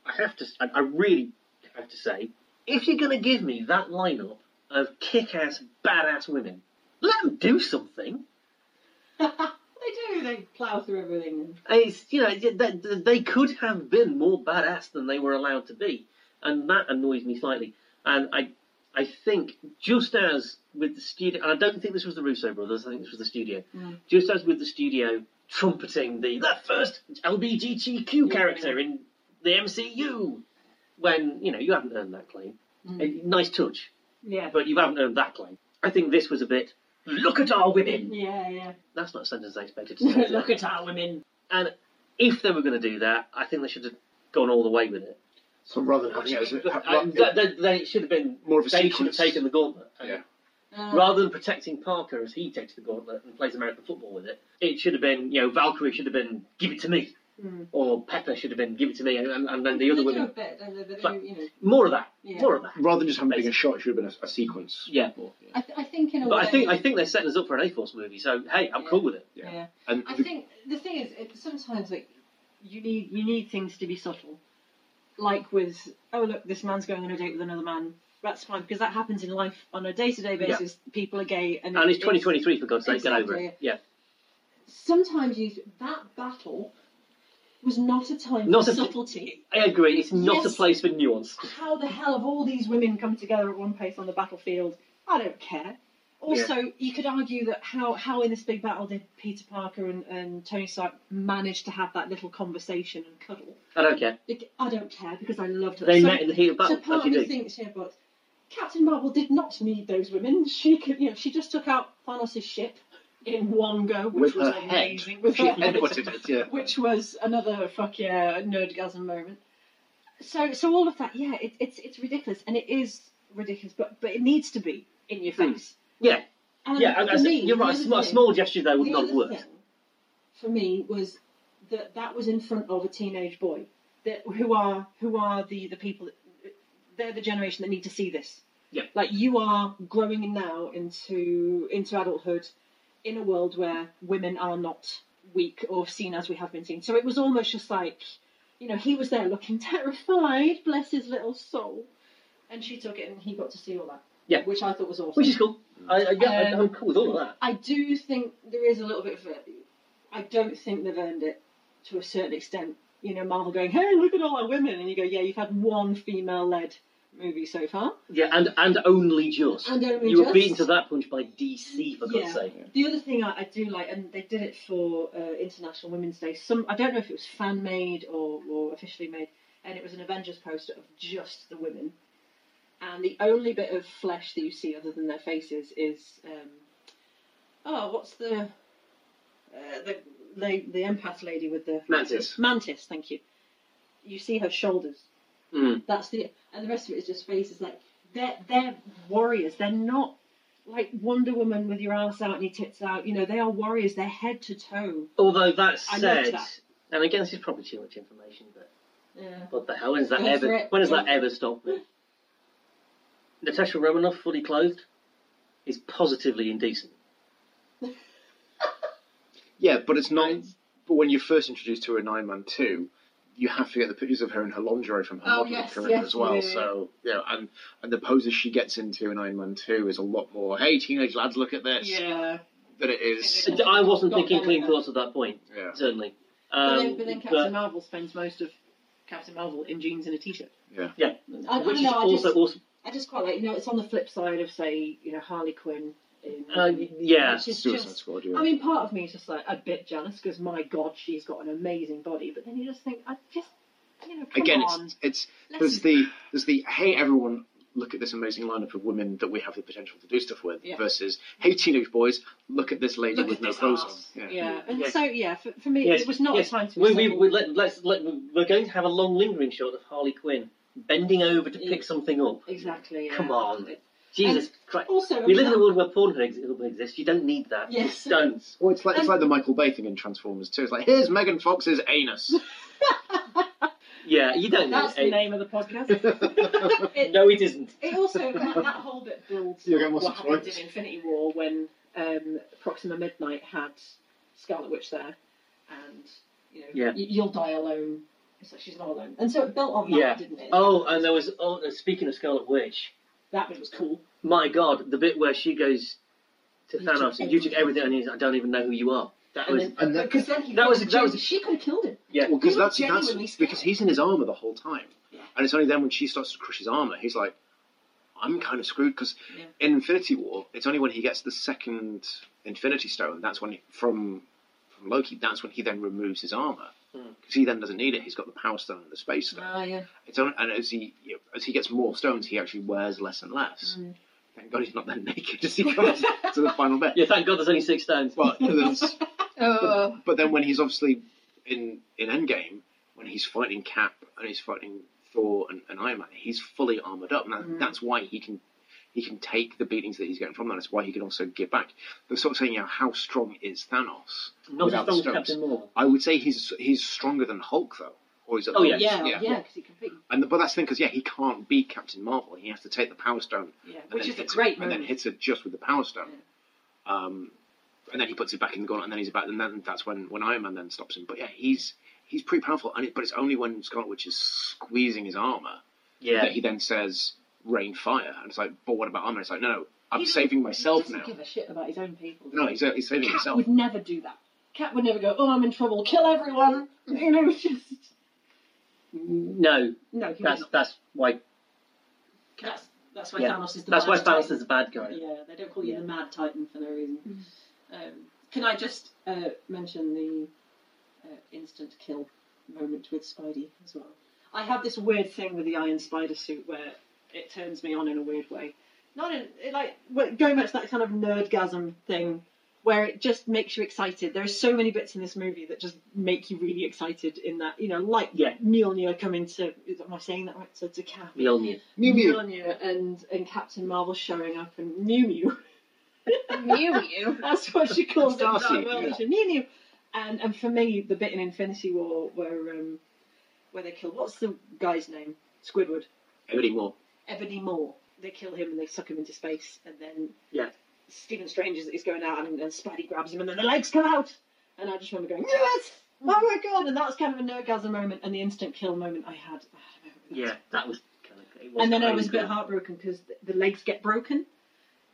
D: I have to, I I really have to say, if you're going to give me that lineup of kick-ass, badass women, let them do something.
E: they do. They plough through everything.
D: It's, you know, y- they, they could have been more badass than they were allowed to be, and that annoys me slightly. And I, I think just as with the studio, and I don't think this was the Russo brothers. I think this was the studio.
E: Mm.
D: Just as with the studio trumpeting the that first LBGTQ character in the MCU, when you know you haven't earned that claim.
E: Mm.
D: A nice touch,
E: Yeah.
D: but you haven't earned that claim. I think this was a bit. Look at our women.
E: Yeah, yeah.
D: That's not a sentence I expected to say. was it?
E: Look at our women.
D: And if they were going to do that, I think they should have gone all the way with it.
C: So rather than having it as a,
D: And th- th- then it should have been
C: More of a
D: they should have
C: sequence.
D: taken the gauntlet. And
C: Yeah.
E: Oh.
D: Rather than protecting Parker as he takes the gauntlet and plays American football with it, it should have been you know Valkyrie should have been give it to me,
E: Mm.
D: or Pepper should have been give it to me, and, and, and then the other
E: they Do
D: women
E: a bit, don't they? They do,
D: But-
E: you know,
D: more of that,
E: Yeah.
D: more of that.
C: rather than just having it being a shot, it should have been a, a sequence.
D: Yeah,
E: I, th- I think in a
D: but
E: way.
D: I think I think they're setting us up for an A Force movie, so hey, I'm
E: Yeah.
D: cool with it.
E: Yeah.
C: Yeah. And
E: I
C: the-
E: think the thing is, it, sometimes like you need you need things to be subtle. Like with oh look, this man's going on a date with another man. That's fine because that happens in life on a day-to-day
D: Yeah.
E: basis. People are gay, and,
D: And
E: it-
D: it's 2023 for God's sake, get over it.
E: Exactly.
D: Yeah,
E: Sometimes you that battle was not a time
D: Not
E: for
D: a-
E: subtlety.
D: I agree. It's not
E: Yes.
D: a place for nuance.
E: how the hell have all these women come together at one place on the battlefield? I don't care. Also, you could argue that how, how in this big battle did Peter Parker and, and Tony Stark manage to have that little conversation and cuddle?
D: I don't care.
E: Like, I don't care because I loved it.
D: They
E: so,
D: met in the heat of battle.
E: so
D: as
E: part
D: you
E: of me
D: do.
E: thinks, yeah, but Captain Marvel did not need those women. She could, you know, she just took out Thanos' ship in one go, which
C: With
E: was
C: her head.
E: amazing. With
C: she
E: her head
C: inputted it. Yeah.
E: which was another fuck yeah nerdgasm moment. So so all of that, yeah, it, it's it's ridiculous and it is ridiculous, but but it needs to be in your
D: Hmm.
E: face.
D: Yeah.
E: and
D: Yeah, and
E: for
D: as-
E: me,
D: you're
E: the
D: right. A
E: other
D: small,
E: thing-
D: small gesture there would
E: the
D: not
E: other
D: have worked.
E: thing For me, was that that was in front of a teenage boy that who are who are the the people that, they're the generation that need to see this.
D: Yeah.
E: Like you are growing now into into adulthood in a world where women are not weak or seen as we have been seen. So it was almost just like, you know, he was there looking terrified, bless his little soul, and she took it and he got to see all that.
D: Yeah.
E: which I thought was awesome.
D: Which is cool. I, I, yeah, I-
E: Um,
D: I'm cool with all of that.
E: I do think there is a little bit of it. I don't think they've earned it to a certain extent. You know, Marvel going, hey, look at all our women. And you go, yeah, you've had one female led movie so far.
D: Yeah, and, and only just.
E: And only
D: you were
E: just.
D: beaten to that punch by DC, for
E: Yeah.
D: God's sake.
E: The other thing I, I do like, and they did it for uh, International Women's Day. Some I don't know if it was fan made or, or officially made, and it was an Avengers poster of just the women, and the only bit of flesh that you see other than their faces is, um, oh, what's the uh, the the the empath lady with the
D: Mantis.
E: Mantis, thank you. You see her shoulders.
D: Mm.
E: That's the and the rest of it is just faces. Like they're they're warriors. They're not like Wonder Woman with your ass out and your tits out. You know they are warriors. They're head to toe.
D: Although that
E: I loved
D: said,
E: that.
D: and again, this is probably too much information, but
E: Yeah.
D: what the hell? When's that
E: Go for
D: ever?
E: it.
D: When does
E: Go
D: that
E: for it.
D: ever stop me? Natasha Romanoff, fully clothed, is positively indecent.
C: Yeah, but it's not. But when you're first introduced to her in Iron Man Two, you have to get the pictures of her in her lingerie from her
E: Oh,
C: modeling
E: yes,
C: career
E: yes,
C: as well.
E: yeah, yeah, yeah.
C: So yeah, and and the poses she gets into in Iron Man Two is a lot more. Hey, teenage lads, look at this.
E: Yeah.
C: Than it is.
E: Yeah.
D: I wasn't
E: Got
D: thinking
E: that.
D: clean thoughts at that point,
C: Yeah.
D: certainly.
E: But then,
D: Um,
E: but then
D: but-
E: Captain Marvel spends most of Captain Marvel in jeans and a t-shirt.
D: yeah,
E: I don't
D: which is
E: know, I
D: also
E: just-
D: awesome.
E: I just quite like, you know, it's on the flip side of, say, you know, Harley Quinn. In,
D: Uh, yeah,
E: which is
C: Suicide
E: just-
C: Squad. Yeah.
E: I mean, part of me is just like a bit jealous because my God, she's got an amazing body. But then you just think, I just, you know, come
C: Again,
E: on.
C: it's it's
E: Let's-
C: there's the there's the hey everyone look at this amazing lineup of women that we have the potential to do stuff with
E: Yeah.
C: versus hey teenage boys look at this lady
E: look
C: with
E: at
C: no
E: this
C: clothes
E: arse.
C: on.
E: Yeah.
C: Yeah.
E: and
D: Yeah.
E: so yeah, for, for me,
D: Yes,
E: it was not
D: yes.
E: a time to.
D: We, we,
E: settle.
D: we let, let's let, we're going to have a long lingering shot of Harley Quinn bending over to pick
E: Yeah.
D: something up.
E: exactly. yeah.
D: Come on. Jesus Christ.
E: Also, I
D: We
E: mean,
D: live in a
E: that-
D: world where porn ex- exists. You don't need that.
E: Yes.
D: Don't.
C: Well, it's like it's
E: And-
C: like the Michael Bay thing in Transformers too. It's like here's Megan Fox's anus.
D: Yeah, you don't
E: That's the
D: need it.
E: name of the podcast. it,
D: No, it isn't.
E: it also that, that whole bit builds
C: You're
E: on
C: getting lots
E: what
C: of
E: happened
C: toys.
E: in Infinity War when um, Proxima Midnight had Scarlet Witch there, and you know,
D: Yeah.
E: y- you'll die alone. It's like she's not alone, and so it built on that,
D: Yeah.
E: didn't it?
D: Oh, and there was. Oh, and speaking of Scarlet Witch,
E: that bit was cool.
D: my God, the bit where she goes to
E: You
D: Thanos
E: took
D: and you took
E: everything.
D: everything, and he's, I don't even know who you are. That
E: And
D: was.
E: then,
C: and that-
E: because then he
D: that was- that was-
E: she could have killed him.
D: yeah.
C: Well, because
E: He
C: that's
E: was
C: that's
E: genuinely scared.
C: because he's in his armor the whole time, and it's only then when she starts to crush his armor, he's like, "I'm kind of screwed." Because
E: Yeah.
C: in Infinity War, it's only when he gets the second Infinity Stone that's when he, from from Loki that's when he then removes his armor
D: Hmm.
C: because he then doesn't need it. He's got the Power Stone and the Space Stone.
D: Oh,
E: Ah, yeah.
C: It's only, and as he you know, as he gets more stones, he actually wears less and less.
E: Mm.
C: Thank God he's not then naked as he comes to the final bit.
D: Yeah, thank God there's only six stones.
C: But there's-
F: Oh,
C: but, but then when he's obviously in in Endgame, when he's fighting Cap and he's fighting Thor and, and Iron Man, he's fully armored up, and that,
E: Mm.
C: that's why he can he can take the beatings that he's getting from that. It's why he can also give back. They're sort of saying, you know, how strong is Thanos?
D: Not as
C: Without
D: strong as
C: stones.
D: Captain Marvel.
C: I would say he's he's stronger than Hulk though. Or is it
D: Oh,
C: Hulk?
E: Yeah,
D: yeah.
E: yeah,
C: yeah.
E: because he completely.
C: And the, but that's the thing because yeah, he can't beat Captain Marvel. He has to take the Power Stone,
E: Yeah,
C: and
E: which
C: then
E: is a
C: hits
E: great
C: it, and then
E: moment.
C: hits her just with the Power Stone. Um, and then he puts it back in the gauntlet, and then he's about, and then that's when, when Iron Man then stops him. But yeah, he's he's pretty powerful, and it, but it's only when Scarlet Witch is squeezing his armor
D: Yeah.
C: that he then says, "Rain fire," and it's like, "But what about armor?" It's like, "No, no, I'm
E: He doesn't-
C: saving myself
E: doesn't
C: now."
E: give a shit about his own people.
C: No, he's, uh, he's saving
E: Cat
C: himself.
E: would never do that. Cat would never go, oh, I'm in trouble, kill everyone. You know, it's just
D: No,
E: no. He
D: that's
E: wouldn't.
D: that's why
E: that's that's why
D: yeah.
E: Thanos is the.
D: that's why
E: mad
D: Thanos
E: titan.
D: is a bad guy.
E: Yeah, they don't call you
D: Yeah. Mm.
E: the Mad Titan for no reason. Um, can I just uh, mention the uh, instant kill moment with Spidey as well? I have this weird thing with the Iron Spider suit where it turns me on in a weird way. Not in it, like well, going back to that kind of nerdgasm thing where it just makes you excited. There are so many bits in this movie that just make you really excited. In that, you know, like
D: Yeah.
E: Mjolnir coming to am I saying that right? To, to Cap.
D: Mjolnir.
C: Mew Mew.
E: Mjolnir and, and Captain Marvel showing up and Mew Mew.
F: knew you.
E: That's what she calls it. in
C: Darcy,
E: Dark World,
C: yeah.
E: she- Mew Mew. And and for me, the bit in Infinity War where um where they kill what's the guy's name? Squidward.
C: Everybody more.
E: Ebony Moore. They kill him and they suck him into space and then
D: Yeah.
E: Stephen Strange is, is going out and, and Spidey grabs him and then the legs come out. And I just remember going, Yes! Oh my god! And that was kind of a nergasm moment and the instant kill moment I had. I had a moment with that.
D: Yeah, that was kind of. It was
E: And then I was a
D: crazy.
E: bit heartbroken because the legs get broken.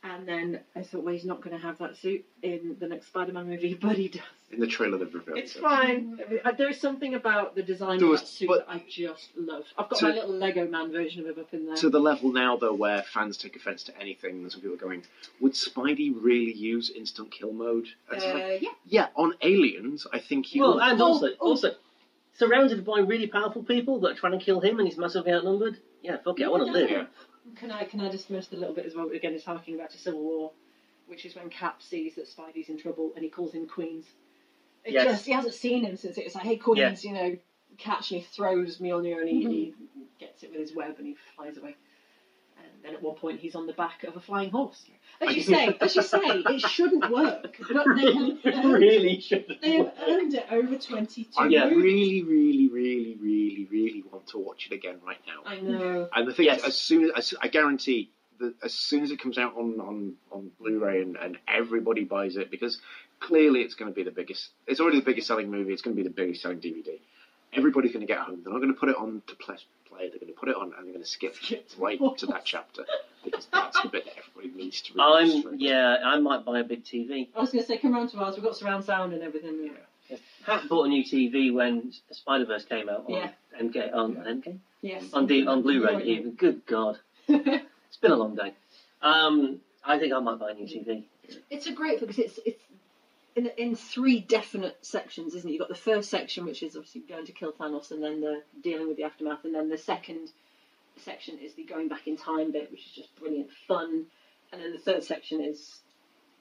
E: And then I thought, well, he's not going to have that suit in the next Spider Man movie, but he does.
C: In the trailer they've revealed.
E: It's
C: it.
E: fine. I mean, uh, There's something about the design
C: There
E: of
C: was-
E: that suit
C: but-
E: that I just love. I've got
C: To-
E: my little Lego man version of him up in there.
C: To the level now though where fans take offence to anything, and some people are going, Would Spidey really use instant kill mode? And it's like,
E: uh, yeah.
C: yeah, on aliens I think he
D: Well,
C: would.
D: and
E: Oh,
D: also,
E: oh.
D: also surrounded by really powerful people that are trying to kill him, and he's massively outnumbered. Yeah, fuck it, I want to
E: Yeah.
D: live.
C: Yeah.
E: Can I can I just mention a little bit as well? Again, it's harking back to Civil War, which is when Cap sees that Spidey's in trouble and he calls him Queens. It
D: Yes.
E: just he hasn't seen him since it was like, hey Queens, you know, catch and he throws Mjolnir and he, he gets it with his web and he flies away. And then at one point he's on the back of a flying horse. As you say, as you say, it shouldn't work, but they have, they
D: It
E: have,
D: really should.
E: they have earned it over twenty two.
C: I
D: Yeah.
C: really, really, really, really, really want to watch it again right now.
E: I know.
C: And the thing
D: Yes.
C: is, as soon as I guarantee that as soon as it comes out on on, on Blu-ray and, and everybody buys it because clearly it's going to be the biggest. It's already the biggest selling movie. It's going to be the biggest selling DVD. Everybody's going to get home. They're not going to put it on to play. play. They're going to put it on and they're going to skip
E: Skip.
C: right to that chapter because that's the bit that everybody needs to read.
D: I'm yeah. I might buy a big TV.
E: I was going to say, come round to ours. We've got surround sound and everything. Yeah.
D: Pat bought a new TV when Spider Verse came out on
E: Yeah.
D: MK on
C: Yeah.
D: MK?
E: Yes.
D: on D, on Blu-ray even. Good God, it's been a long day. Um, I think I might buy a new TV.
E: It's a great because it's it's in in three definite sections, isn't it? You've got the first section, which is obviously going to kill Thanos, and then the dealing with the aftermath, and then the second section is the going back in time bit, which is just brilliant fun, and then the third section is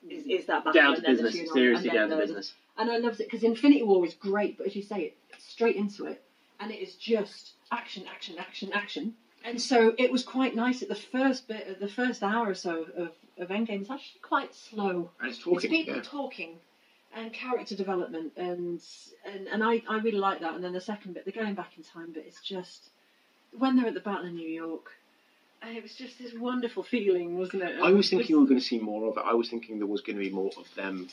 E: is, is that battle
D: Down
E: and
D: to
E: then the
D: business,
E: funeral,
D: seriously
E: and then
D: down to
E: the-
D: business.
E: And I loved it because Infinity War was great, but as you say, it's straight into it, and it is just action, action, action, action. And so it was quite nice at the first bit, of the first hour or so of, of Endgame. It's actually quite slow
C: And it's talking.
E: it's people
C: yeah.
E: talking and character development and and, and I, I really like that and then the second bit the going back in time bit it's just when they're at the battle in new york and it was just this wonderful feeling wasn't it
C: I was thinking we
E: It's-
C: were going to see more of it. I was thinking there was going to be more of them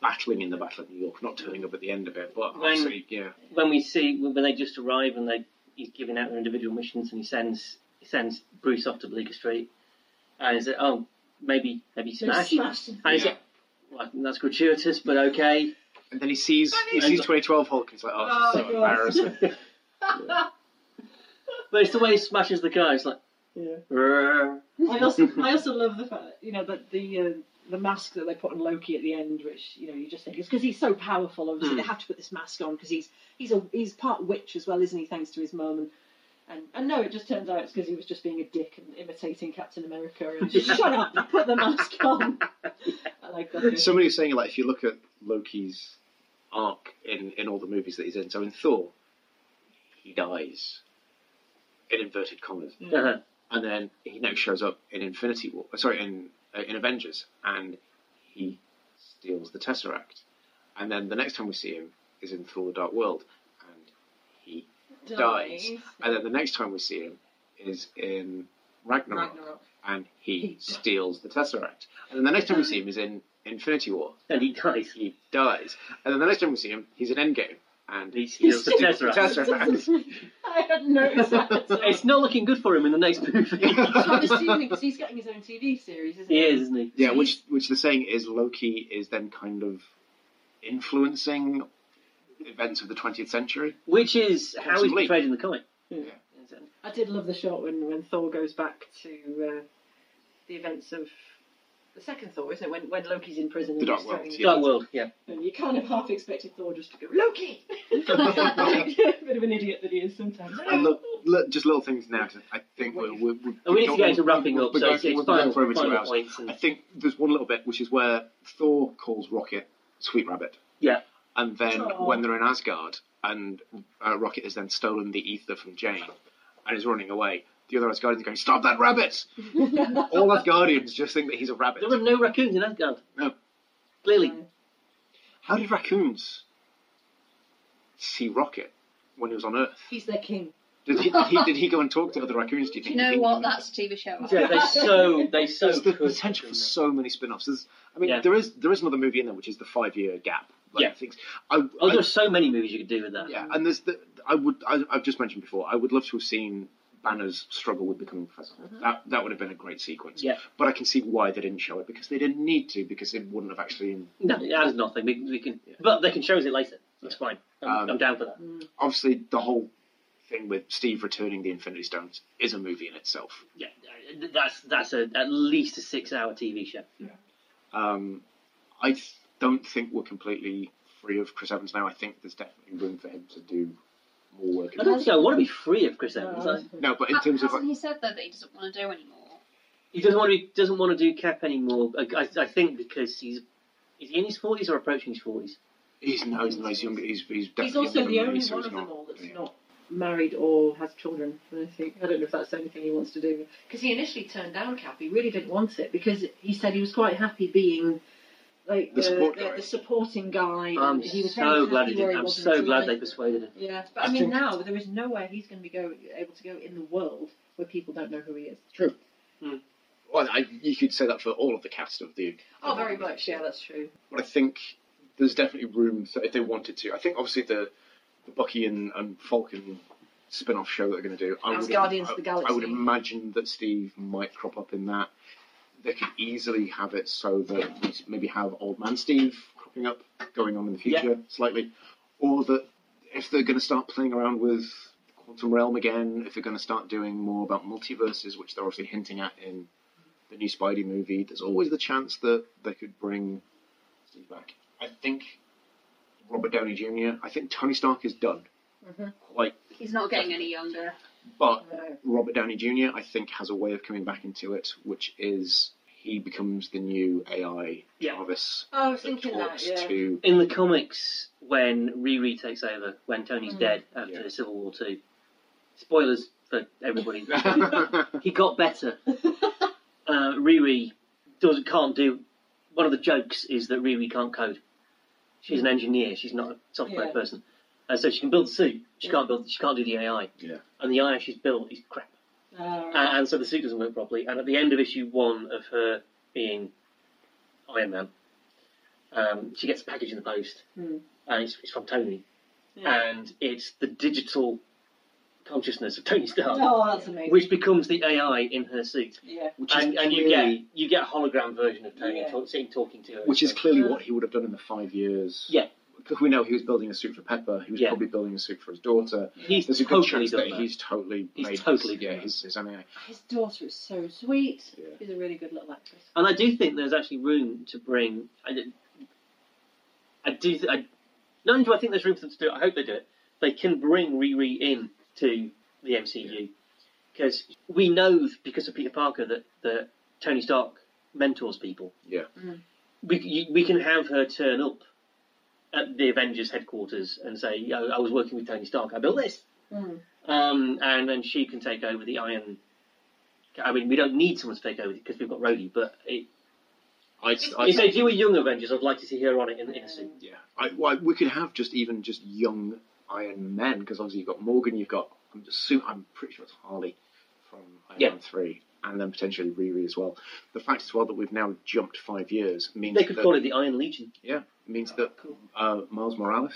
C: battling in the Battle of New York, not turning up at the end of it. But
D: When-
C: obviously, yeah,
D: When we see when they just arrive and they he's giving out their individual missions and he sends he sends Bruce off to Bleecker Street and he said, "Oh, maybe maybe
E: they're
D: smash."
E: smashed
D: And he
C: Yeah.
D: said, well, I think that's gratuitous, but okay.
C: and then he sees he
D: And-
C: sees 2012 Hulk, and he's like, oh,
E: Oh,
C: this is so
E: God.
C: embarrassing.
D: But it's the way he smashes the car. It's like, "Rrrr."
E: I also I also love the fact you know that the uh, the mask that they put on Loki at the end, which you know you just think is because he's so powerful. Obviously,
D: Hmm.
E: they have to put this mask on because he's he's a he's part witch as well, isn't he? Thanks to his mum and. And, and no, it just turns out it's because he was just being a dick and imitating Captain America. And just, shut up, put the mask on. I like that. bit.
C: Somebody was saying like, if you look at Loki's arc in in all the movies that he's in, so in Thor, he dies in inverted commas,
D: Uh-huh.
C: and then he next shows up in Infinity War. Sorry, in uh, in Avengers, and he steals the Tesseract, and then the next time we see him is in Thor: The Dark World, and he dies. And then the next time we see him is in Ragnarok,
E: Ragnarok.
C: and he,
E: He dies.
C: steals the Tesseract. And then the next time we see him is in Infinity War.
D: and he dies.
C: He dies. And then the next time we see him, he's in Endgame, and
D: He
C: he
D: steals
C: steals
D: the Tesseract.
C: Tesseract.
E: I hadn't noticed that. at all.
D: It's not looking good for him in the next movie.
E: Which I'm assuming because he's getting his own TV series, isn't
D: he is, isn't he?
C: yeah, which which the saying is Loki is then kind of influencing events of the 20th century.
D: Which is how he's
C: Possibly.
D: portrayed in the comic.
E: I did love the shot when, when Thor goes back to uh, the events of the second Thor, isn't it? When, when Loki's in prison. and
C: The Dark
E: he's
C: World,
E: threatening-
C: Yeah.
D: Dark World, yeah.
E: And you kind of half expected Thor just to go, Loki! Bit of an idiot that he is sometimes.
C: And look, look, just little things now. 'cause I think we're, we're, we're,
D: And we need to get into wrapping
C: we're
D: up, so
C: going-
D: it's, it's
C: we're going
D: final,
C: for over two
D: final
C: hours.
D: points.
C: I
D: And,
C: think there's one little bit which is where Thor calls Rocket Sweet Rabbit.
D: Yeah.
C: And then
E: Aw.
C: when they're in Asgard and uh, Rocket has then stolen the ether from Jane and is running away, the other Asgardians are going, Stop that rabbit! All Asgardians just think that he's a rabbit.
D: there were no raccoons in Asgard.
C: No.
D: Clearly.
C: How did raccoons see Rocket when he was on Earth?
E: He's their king.
C: Did he, did he, did he go and talk to other raccoons? Do you
F: Do
C: think?
F: you know
C: He-
F: what? That's a TV show.
D: Yeah, they so they so
C: There's the
D: could
C: potential for
D: have done
C: so many spin-offs. There's, I mean,
D: Yeah.
C: there is there is another movie in there which is the five-year gap. Like,
D: Yeah.
C: Things. I,
D: that. Oh,
C: I-
D: there's so many movies you could do with that.
C: yeah, and there's the I would I, I've just mentioned before. I would love to have seen Banner's struggle with becoming Professor. That that would have been a great sequence.
D: Yeah.
C: But I can see why they didn't show it because they didn't need to because it wouldn't have actually.
D: No, it adds nothing. We, we can, but they can show us it later. It's fine. I'm,
C: Um,
D: I'm down for that.
E: Mm.
C: Obviously, the whole thing with Steve returning the Infinity Stones is a movie in itself.
D: Yeah, that's that's a, at least a six-hour TV show.
C: Um, I th- don't think we're completely free of Chris Evans now. I think there's definitely room for him to do more work.
D: I don't think I want to be free of Chris Evans. I-
C: No, but in
F: Ha-
C: terms
F: hasn't
C: of like,
F: he said though that he doesn't want to do anymore?
D: He doesn't want to be, doesn't want to do Cap anymore. I, I, I think because he's is he in his forties or approaching his forties.
C: he's no, he's, no, he's younger. He's, he's definitely
E: He's also
C: younger
E: the
C: than me,
E: only
C: so
E: one
C: he's
E: of them
C: not-
E: all that's
C: yeah.
E: not married or has children. I think I don't know if that's anything he wants to do because he initially turned down Cap. He really didn't want it because he said he was quite happy being like
C: The support guy.
E: the supporting guy.
D: I'm
E: and he was
D: so
E: very
D: glad
E: happy
D: he
E: where
D: did. I'm
E: was in
D: so
E: his
D: glad
E: life.
D: they persuaded him.
E: Yeah, but I,
C: I
E: mean
C: think-
E: now there is nowhere he's going to be go able to go in the world where people don't know who he is.
C: Well, I, you could say that for all of the cast of the.
E: Oh, very much. Yeah, that's true.
C: But I think there's definitely room so if they wanted to. I think obviously the, the Bucky and, and Falcon spin-off show that they're going to do. I
E: As
C: would-
E: Guardians
C: I,
E: of the
C: I would
E: Galaxy.
C: imagine that Steve might crop up in that. They could easily have it so that we maybe have Old Man Steve cropping up, going on in the
D: Yeah.
C: future slightly, or that if they're going to start playing around with Quantum Realm again, if they're going to start doing more about multiverses, which they're obviously hinting at in the new Spidey movie, there's always the chance that they could bring Steve back. I think Robert Downey Jr. I think Tony Stark is done.
E: Mhm.
C: Quite,
F: He's not getting any younger.
C: but
E: No.
C: Robert Downey Jr. I think has a way of coming back into it, which is he becomes the new AI
D: Yeah.
C: Jarvis
E: Oh, I was
C: that
E: thinking that,
C: talks
E: yeah.
C: to.
D: In the comics, when Riri takes over, when Tony's
E: Mm.
D: dead after
C: Yeah.
D: Civil War Two, spoilers for everybody. he got better. Uh, Riri doesn't can't do. One of the jokes is that Riri can't code. She's an engineer. She's not a software
E: Yeah.
D: person, and so she can build the suit. She can't build. She can't do the AI.
C: Yeah.
D: And the AI she's built is crap.
E: Uh,
D: And, and so the suit doesn't work properly. And at the end of issue one of her being Iron Man, um, she gets a package in the post,
E: Hmm.
D: and it's, it's from Tony,
E: yeah.
D: and it's the digital consciousness of Tony Stark,
E: Oh, that's amazing.
D: which becomes the AI in her suit.
E: yeah.
C: which is
D: And, and you
C: clearly,
D: get you get a hologram version of Tony
E: Yeah.
D: talk, sitting talking to her,
C: which is
D: So-
C: clearly what he would have done in the five years.
D: Yeah.
C: because we know he was building a suit for Pepper. He was
D: Yeah.
C: probably building a suit for his daughter.
D: he's
C: There's a good
D: totally
C: chance that,
D: done that.
C: he's totally
D: He's
C: made this-
D: totally done
C: yeah
D: that.
C: his his own AI.
E: His daughter is so sweet.
C: Yeah.
E: She's a really good little actress.
D: And I do think there's actually room to bring. I, did- I do. Th- I, not only do I think there's room for them to do it, I hope they do it. They can bring Riri in to the MCU because we know because of Peter Parker that, that Tony Stark mentors people.
C: Yeah.
E: Mm.
D: We you, we can have her turn up at the Avengers headquarters and say, "Yo, I was working with Tony Stark. I built this."
E: Mm.
D: Um, and then she can take over the Iron. I mean, we don't need someone to take over because we've got Rhodey, but it,
C: I,
D: if they do a Young Avengers, I'd like to see her on it in, in a suit.
C: Yeah, I, well, we could have just even just young Iron Men because obviously you've got Morgan, you've got I'm just assu- I'm pretty sure it's Harley from Iron
D: Yeah.
C: Man three, and then potentially Riri as well. The fact as well that we've now jumped five years means
D: They could
C: that
D: call it the Iron Legion.
C: yeah means that uh, Miles Morales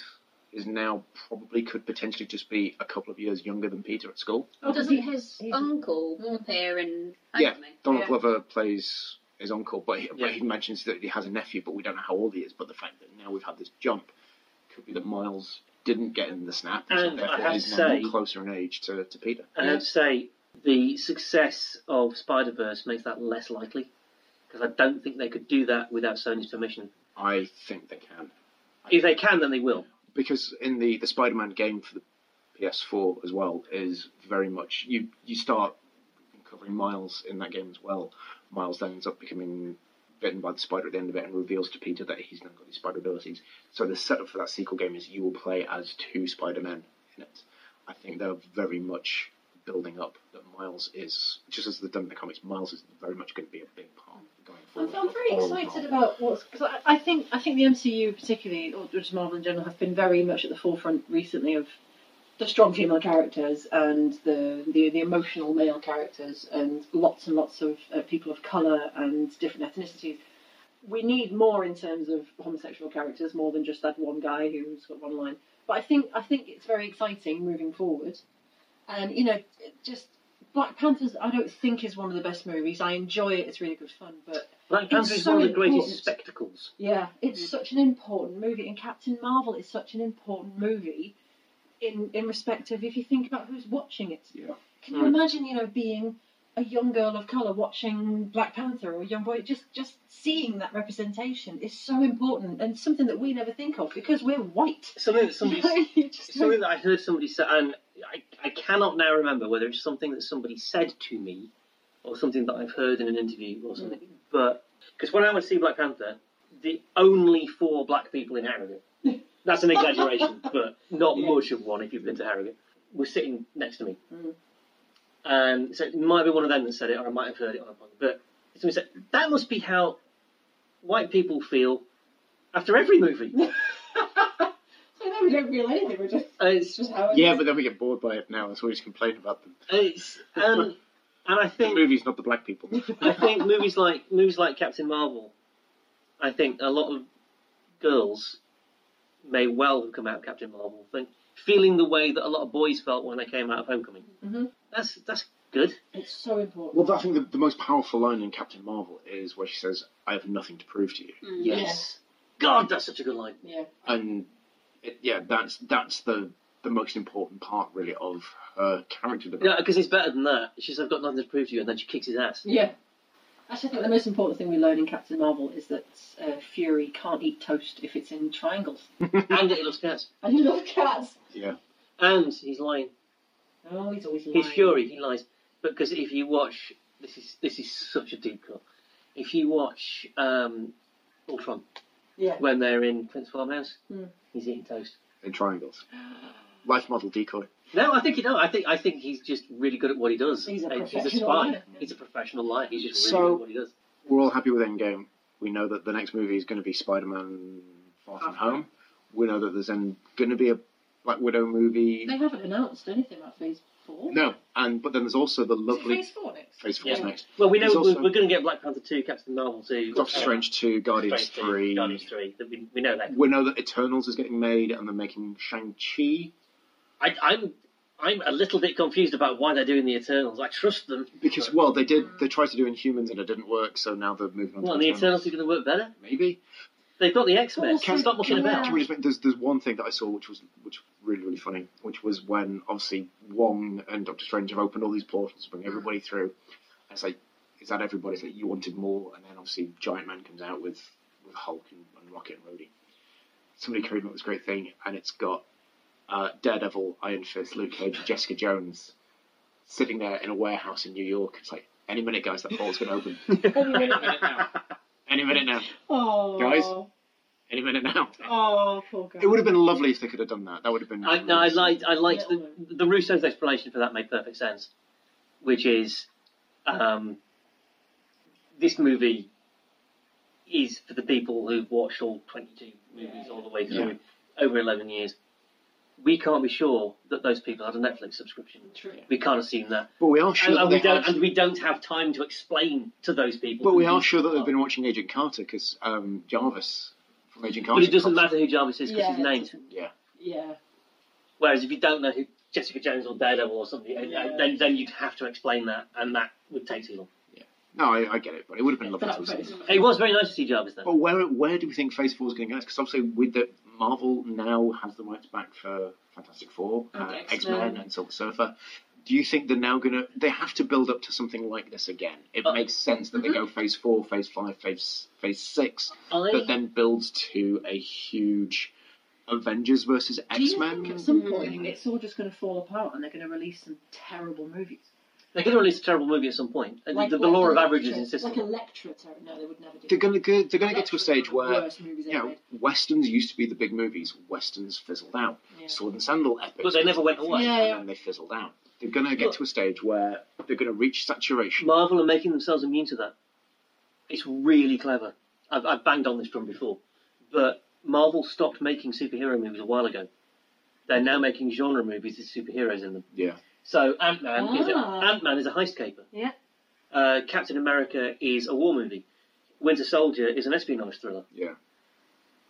C: is now probably could potentially just be a couple of years younger than Peter at school.
E: Oh,
F: Well, doesn't his
E: he's-
F: uncle appear in
C: Yeah.
F: Ant-Man?
C: Donald
E: Yeah.
C: Glover plays his uncle, but he, but
D: Yeah.
C: he mentions that he has a nephew, but we don't know how old he is. But the fact that now we've had this jump could be that Miles didn't get in the snap, so
D: And I
C: therefore
D: have
C: he's
D: to
C: now
D: say-
C: closer in age to, to Peter.
D: And I have to say, the success of Spider Verse makes that less likely because I don't think they could do that without Sony's permission.
C: I think they can.
D: If they can, then they will.
C: because in the, the Spider-Man game for the PS4 as well is very much you you start covering Miles in that game as well. Miles then ends up becoming bitten by the spider at the end of it and reveals to Peter that he's now got these spider abilities. So the setup for that sequel game is you will play as two Spider-Men in it. I think they're very much building up that Miles is just as they've done in the comics. Miles is very much going to be a big part going
E: I'm,
C: forward.
E: I'm very
C: All
E: excited
C: along.
E: about what's because I, I think I think the MCU particularly, or just Marvel in general, have been very much at the forefront recently of the strong female characters and the the, the emotional male characters and lots and lots of uh, people of color and different ethnicities. We need more in terms of homosexual characters, more than just that one guy who's got one line. But I think I think it's very exciting moving forward, and you know, it just Black Panthers. I don't think is one of the best movies. I enjoy it; it's really good fun, but.
D: Black
E: It's
D: Panther is
E: so
D: one of the greatest
E: important.
D: spectacles.
E: Yeah, it's such an important movie, and Captain Marvel is such an important movie in in respect of if you think about who's watching it.
C: Yeah.
E: Can you
D: Mm.
E: imagine, you know, being a young girl of color watching Black Panther or a young boy just just seeing that representation is so important and something that we never think of because we're white.
D: Something that somebody,
E: You just
D: something that I heard somebody say, and I, I cannot now remember whether it's something that somebody said to me or something that I've heard in an interview or something.
E: Mm.
D: But because when I went to see Black Panther, the only four black people in Harrogate. That's an exaggeration, but not
E: Yeah.
D: much of one if you've been to Harrogate. Were sitting next to me,
E: Mm.
D: and so it might be one of them that said it, or I might have heard it on a podcast. But somebody said that must be how white people feel after every movie.
E: I know we don't feel anything. We're just
D: Uh, it's
E: it's just how it
C: Yeah,
E: is.
C: but then we get bored by it now, so we just complain about them.
D: It's um, and I
C: The
D: think
C: movie's not the black people.
D: I think movies like movies like Captain Marvel, I think a lot of girls may well have come out of Captain Marvel, think, feeling the way that a lot of boys felt when they came out of Homecoming.
E: Mhm.
D: That's that's good.
E: It's so important.
C: Well, I think the, the most powerful line in Captain Marvel is where she says, "I have nothing to prove to you,"
F: Mm.
D: God, that's such a good line.
E: Yeah.
C: and it, yeah, that's that's the the most important part really of her character
D: No,
C: development.
D: because it's better than that. She says, "I've got nothing to prove to you," and then she kicks his ass.
E: Yeah. Actually, I think the most important thing we learn in Captain Marvel is that uh, Fury can't eat toast if it's in triangles.
D: and that he loves cats.
E: And he loves cats.
D: And he's lying.
E: Oh, he's always lying.
D: He's Fury. He lies because if you watch, this is this is such a deep cut. If you watch um, Ultron,
E: Yeah.
D: when they're in Prince Farmhouse,
E: Mm.
D: he's eating toast.
C: in triangles. Life model decoy.
D: No, I think you know. I think I think he's just really good at what he does.
E: He's a
D: Uh,
E: professional
D: spy.
E: liar.
D: He's a professional liar. He's just really
C: So-
D: good at what he does.
C: We're all happy with Endgame. We know that the next movie is going to be Spider-Man: Far From Home. We know that there's going to be a Black Widow movie.
E: They haven't announced anything about Phase 4.
C: No, and but then there's also the
E: Is it
C: lovely
E: Phase 4 next?
C: Phase Four
D: Yeah.
C: next.
D: Well, we know
C: He's also-
D: we're, we're going to get Black Panther two, Captain Marvel two,
C: Doctor
D: uh,
C: Strange two, Guardians
D: Strange two,
C: three.
D: Guardians three. That we, we know that.
C: We know that Eternals is getting made, and they're making Shang Chi
D: I, I'm I'm a little bit confused about why they're doing the Eternals. I trust them
C: because well, they did. They tried to do Inhumans, and it didn't work. So now they're moving on.
D: Well,
C: to
D: and the Eternals are going to work better.
C: Maybe.
D: They've got the X Men.
E: Can-
D: Stop mucking
E: can-
D: about.
C: Can we just make, there's there's one thing that I saw which was which was really really funny, which was when obviously Wong and Doctor Strange have opened all these portals to
D: Mm.
C: bring everybody through. And it's like, is that everybody? It's like you wanted more, and then obviously Giant Man comes out with with Hulk and, and Rocket and Rhodey. Somebody carried up this great thing, and it's got uh, Daredevil, Iron Fist, Luke Cage, and Jessica Jones sitting there in a warehouse in New York. It's like any minute, guys, that portal's going to open. any minute now. Any minute now.
E: Oh.
C: Guys? Any minute now.
E: Oh, poor guy.
C: It would have been lovely if they could have done that. That would have been.
D: I, no, I liked I liked
E: Yeah.
D: the, the Russo's explanation for that made perfect sense, which is, um, this movie is for the people who've watched all twenty two movies all the way through over eleven years. We can't be sure that those people had a Netflix subscription.
E: True.
D: We can't assume that,
C: But we are sure.
D: and,
C: that
D: and we
C: they
D: don't.
C: have-
D: And we don't have time to explain to those people.
C: but we
D: who
C: are
D: these
C: sure that they've been watching Agent Carter because um, Jarvis from Agent Carter.
D: But it doesn't matter who Jarvis is because
E: Yeah,
D: his name's.
C: Yeah.
E: Yeah.
D: Whereas if you don't know who Jessica Jones or Daredevil or something, uh, uh,
E: Yeah.
D: then then you'd have to explain that, and that would take too long.
C: No, I, I get it, but it would have been lovely
E: That's
C: to have
E: pretty
C: seen.
E: sweet.
D: It was very nice to see Jarvis though.
C: But where where do we think Phase Four is going to go? Because obviously, with the Marvel now has the rights back for Fantastic Four,
E: And
C: uh, X
E: X-Men.
C: Men, and Silver Surfer. Do you think they're now going to? They have to build up to something like this again. It
D: Uh,
C: makes sense that they go Phase Four, Phase Five, Phase Phase Six. that
D: I
C: then builds to a huge Avengers versus
E: Do you
C: X
E: think
C: Men.
E: At some point, it's all just going to fall apart and they're going to release some terrible movies.
D: they're going to release a terrible movie at some point. Uh, the, the law of averages insists.
E: Like
D: on that.
E: Electra terrible. No, they would never do
C: They're
E: that.
C: gonna go, they're gonna get to a
E: Electra's
C: stage
E: one of the
C: where
E: worst movies
C: you
E: ever
C: know
E: made.
C: westerns used to be the big movies. Westerns fizzled out.
E: Yeah.
C: Sword and sandal epics.
D: But they never went away.
E: Yeah, yeah.
C: And then they fizzled out. They're gonna get
D: Look.
C: to a stage where they're gonna reach saturation.
D: Marvel are making themselves immune to that. It's really clever. I've, I've banged on this drum before, but Marvel stopped making superhero movies a while ago. They're now making genre movies with superheroes in them.
C: Yeah.
D: So Ant Man is
E: Ah.
D: Ant Man is a heist caper.
E: Yeah.
D: Uh, Captain America is a war movie. Winter Soldier is an espionage thriller.
C: Yeah.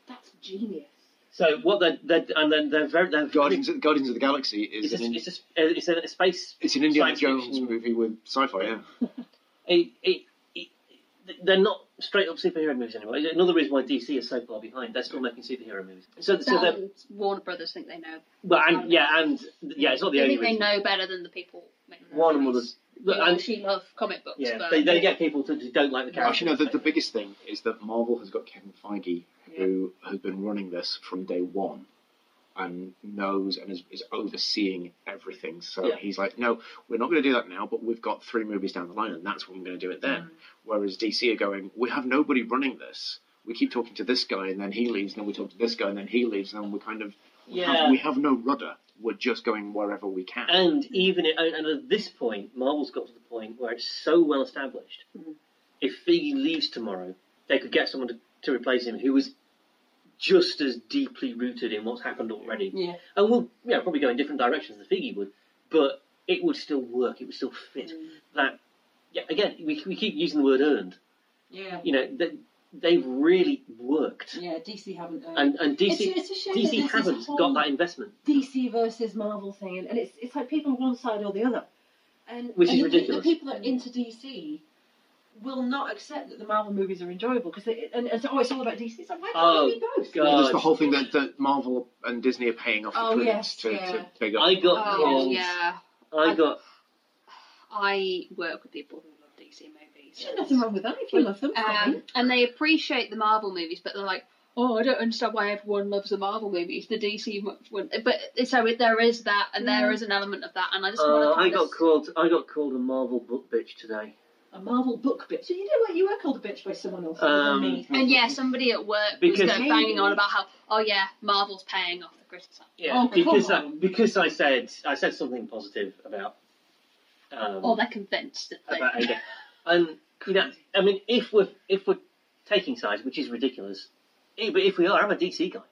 E: That's genius.
D: So what they're, they're and then they're very they're
C: Guardians Guardians of the Galaxy is
D: It's
C: an
D: a,
C: in,
D: it's, a, it's a space.
C: it's an Indiana
D: science
C: Jones
D: fiction.
C: movie with sci-fi. Yeah.
D: It, it, it, they're not straight up superhero movies anymore. Another reason why DC is so far behind. They're still making superhero movies. So so they're
F: And Warner Brothers think they know.
D: well and yeah and yeah it's not the
F: they
D: only
F: think
D: reason.
F: they know better than the people. making the
D: Warner
F: movies.
D: Brothers.
F: Look,
D: Look, and,
F: she love comic books,
D: yeah,
F: but
D: they, they get people to, who don't like the character.
C: Actually, no. The, the biggest thing is that Marvel has got Kevin Feige, who has been running this from day one, and knows and is, is overseeing everything. So
D: Yeah.
C: he's like, no, we're not going to do that now. But we've got three movies down the line, and that's when we're going to do it then.
D: Mm-hmm.
C: Whereas DC are going, we have nobody running this. We keep talking to this guy, and then he leaves, and then we talk to this guy, and then he leaves, and then we kind of we,
D: Yeah.
C: have, we have no rudder. We're just going wherever we can.
D: And even at, and at this point, Marvel's got to the point where it's so well established.
E: Mm-hmm.
D: If Feige leaves tomorrow, they could get someone to, to replace him who is just as deeply rooted in what's happened already.
E: Yeah.
D: And we'll yeah, probably go in different directions than Figgy would, but it would still work. It would still
E: Mm. Mm-hmm.
D: fit. That yeah, again, we, we keep using the word earned.
E: Yeah.
D: You know, that they've really worked,
E: Yeah, DC haven't. Uh,
D: and and DC
E: it's, it's a shame
D: DC
E: that this
D: haven't
E: is whole
D: got that investment,
E: DC versus Marvel thing, and, and it's it's like people on one side or the other, and
D: Which
E: and
D: is
E: the-
D: ridiculous.
E: The people that are into DC will not accept that the Marvel movies are enjoyable because and, and so, oh, it's all about DC. It's like why can't
D: Oh,
E: we be both?
D: God.
C: Well, there's the whole thing that, that Marvel and Disney are paying off the
E: Oh,
C: critics
E: yes,
C: to,
E: yeah.
C: to big up.
D: I got
E: Oh,
F: Oh,
D: called.
F: yeah.
D: I got
F: I work with people who love DC movies.
E: There's nothing wrong with that if you love them. fine.
F: Um, and they appreciate the Marvel movies, but they're like, oh, I don't understand why everyone loves the Marvel movies. The DC mo- one. But so it- there is that, and there
E: Yeah.
F: is an element of that, and I just
D: uh,
F: want
D: I got called I got called a Marvel book bitch today.
E: a Marvel book bitch. So you know what? You were called a bitch by someone else other
D: Um,
E: than me.
F: And yeah, somebody at work was
D: Because-
F: going banging on about how, oh yeah, Marvel's paying off the criticism.
E: Yeah. Oh,
D: because
E: come
D: I,
E: on.
D: because I said I said something positive about um,
F: Or they're convinced that they.
D: about Ada. And you know, I mean, if we're if we're taking sides, which is ridiculous, eh, but if we are, I'm a DC guy.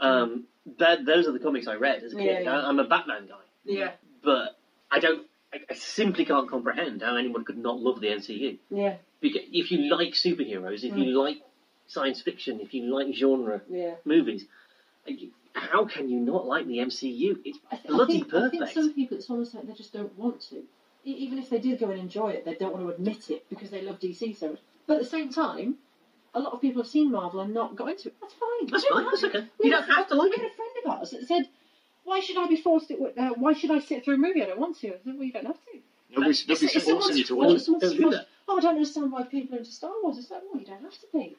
D: Um, that those are the comics I read as a kid.
E: Yeah, yeah.
D: I, am a Batman guy,
E: Yeah,
D: but I don't. I, I simply can't comprehend how anyone could not love the MCU.
E: yeah,
D: Because if you like superheroes, if
E: Hmm.
D: you like science fiction, if you like genre
E: yeah.
D: movies, you- how can you not like the MCU? It's
E: I, th- I,
D: bloody
E: think, I think
D: perfect.
E: some people, it's almost like they just don't want to. E- even if they did go and enjoy it, they don't want to admit it because they love DC so much. But at the same time, a lot of people have seen Marvel and not got into it. That's fine.
D: That's
E: You don't
D: fine.
E: have
D: That's
E: to.
D: okay.
E: We
D: You
E: had
D: don't
E: a-
D: have to like
E: We
D: it.
E: had a friend of ours that said, "Why should I be forced to? Uh, why should I sit through a movie I don't want to?" I said, "Well, you don't have to."
C: Nobody's,
E: It's-
C: nobody's
E: it's
C: forcing you
E: someone's
C: to
E: fault.
C: watch
E: It's
C: it.
E: someone's
D: Don't do
E: fault.
D: that.
E: Oh, I don't understand why people are into Star Wars. It's like, well, you don't have to be.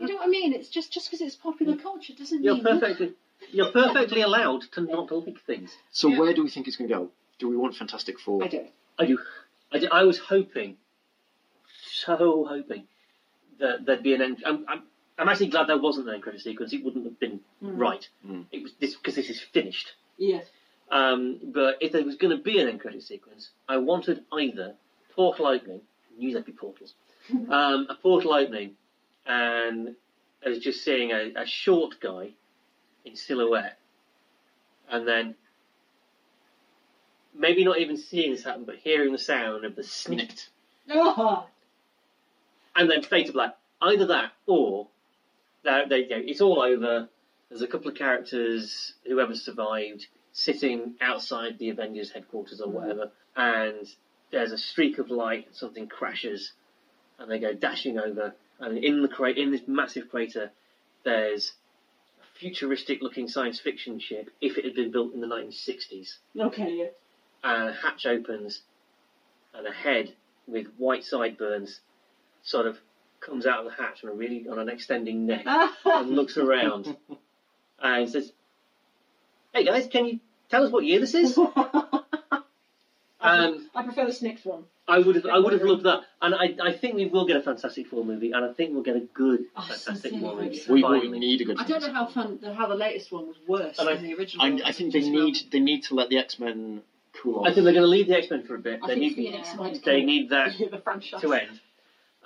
E: You know what I mean? It's just just because it's popular culture doesn't
D: Mm. You're
E: mean
D: perfectly, you're perfectly allowed to not like things.
C: So
E: Yeah.
C: where do we think it's going to go? Do we want Fantastic Four?
E: I do.
D: I do. I, do- I was hoping, so hoping that there'd be an end. I'm, I'm, I'm actually glad there wasn't an end credit sequence. It wouldn't have been right.
C: Mm.
D: It was this because this is finished.
E: Yeah.
D: Um, but if there was going to be an end credit sequence, I wanted either portal opening, knew there'd be portals, um, a portal opening, and I was just seeing a, a short guy in silhouette, and then maybe not even seeing this happen, but hearing the sound of the snick,
C: Snicked.
E: Oh,
D: and then fade to black. Either that or there, there you go. It's all over. There's a couple of characters, whoever survived, sitting outside the Avengers headquarters or whatever, and there's a streak of light, something crashes, and they go dashing over, and in the cra- in this massive crater, there's a futuristic-looking science fiction ship, if it had been built in the 1960s,
E: okay. Yeah.
D: and a hatch opens, and a head with white sideburns sort of comes out of the hatch on a really on an extending neck and looks around and says, "Hey guys, can you tell us what year this is?" Um,
E: I prefer the Snicks one.
D: I would have, I would have loved that, and I, I think we will get a Fantastic Four movie, and I think we'll get a good
E: I
D: Fantastic
E: sincerely
D: Four
E: hope
D: movie.
E: Oh, so.
C: We, we
D: finally.
C: need a good.
E: I don't know how fun the, how the latest one was worse
D: And I-
E: than the original.
C: I, I think they
E: Just
C: need they need to let the X Men cool off.
D: I think they're going to leave the X Men for a bit.
E: I
D: They
E: think
D: need,
E: Phoenix might
D: they
E: come
D: need that
E: to the franchise.
D: to end.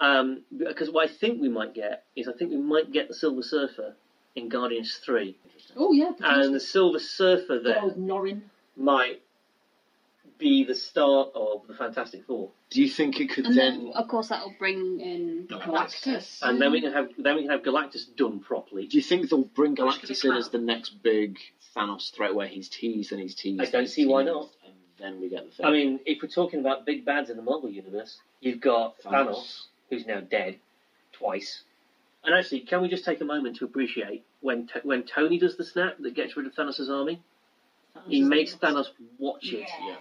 D: Um, because what I think we might get is I think we might get the Silver Surfer in Guardians Three,
E: Oh yeah.
D: and the Silver Surfer
E: potentially.
D: then
E: Old Norrin.
D: might be the start of the Fantastic Four,
C: Do you think it could
F: And
C: then?
F: then, of course, that'll bring in
C: No,
F: Galactus.
D: and then we can have then we can have Galactus done properly.
C: Do you think they'll bring
D: Or it could be
C: Galactus in as
D: Cloud.
C: the next big Thanos threat, where he's teased and he's teased?
D: I don't
C: and
D: see why
C: teased,
D: not.
C: And then we get the thing.
D: I mean, if we're talking about big bads in the Marvel universe, you've got Thanos, who's now dead twice. And actually, can we just take a moment to appreciate when t- when Tony does the snap that gets rid of Thanos' army? He makes Thanos watch it.
E: Yeah.
C: Yeah,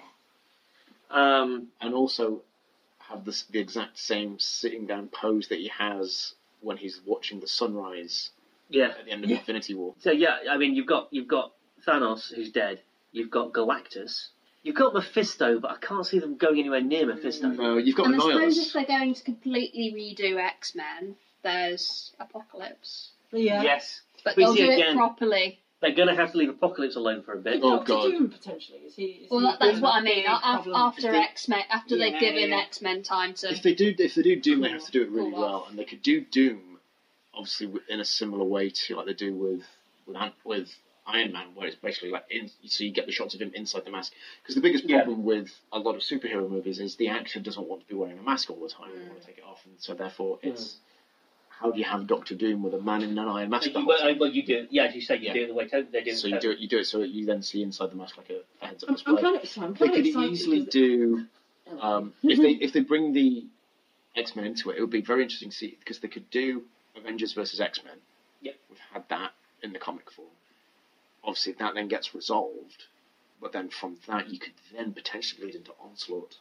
D: Um,
C: and also have this, the exact same sitting down pose that he has when he's watching the sunrise
D: yeah.
C: at the end of
E: Yeah.
C: Infinity War.
D: So yeah, I mean, you've got you've got Thanos, who's dead. You've got Galactus. You've got Mephisto, but I can't see them going anywhere near Mephisto.
C: No, you've got
F: and I suppose
C: Nihilus.
F: if they're going to completely redo X Men, there's Apocalypse.
E: Yeah.
D: Yes,
F: But
D: We
F: they'll
D: see
F: do it
D: again-
F: properly.
D: they're going to have to leave Apocalypse alone for a bit.
C: Oh,
E: Doctor
C: God.
E: Doom potentially. Is he? Is
F: Well,
E: he
F: that, that's
E: a
F: what I mean.
E: big
F: a- af-
E: problem?
F: After
C: They-
F: X Men, after
E: Yeah,
F: they've given
E: yeah.
F: X Men time to.
C: If they do, if they do Doom, they have to do it really
F: Cool off.
C: well, and they could do Doom, obviously w- in a similar way to like they do with with Ant- with Iron Man, where it's basically like in, so you get the shots of him inside the mask. Because the biggest
D: Yeah.
C: problem with a lot of superhero movies is the actor doesn't want to be wearing a mask all the time; they want to take it off, and so therefore it's how do you have Doctor Doom with a man in an iron mask?
D: You,
C: the whole
D: well, I-
C: time?
D: well, you do. Yeah, as you say, you
C: Yeah.
D: do it the way Tony- they do.
C: So you do it. You do it. So you then see inside the mask like a heads up
E: I'm, I'm
C: display.
E: kind of, sorry, I'm
C: They
E: kind of
C: could
E: excited.
C: easily
E: because-
C: do um, if they if they bring the X Men into it. It would be very interesting to see because they could do Avengers versus X Men.
D: Yep.
C: we've had that in the comic form. Obviously, that then gets resolved, but then from that you could then potentially lead into Onslaught,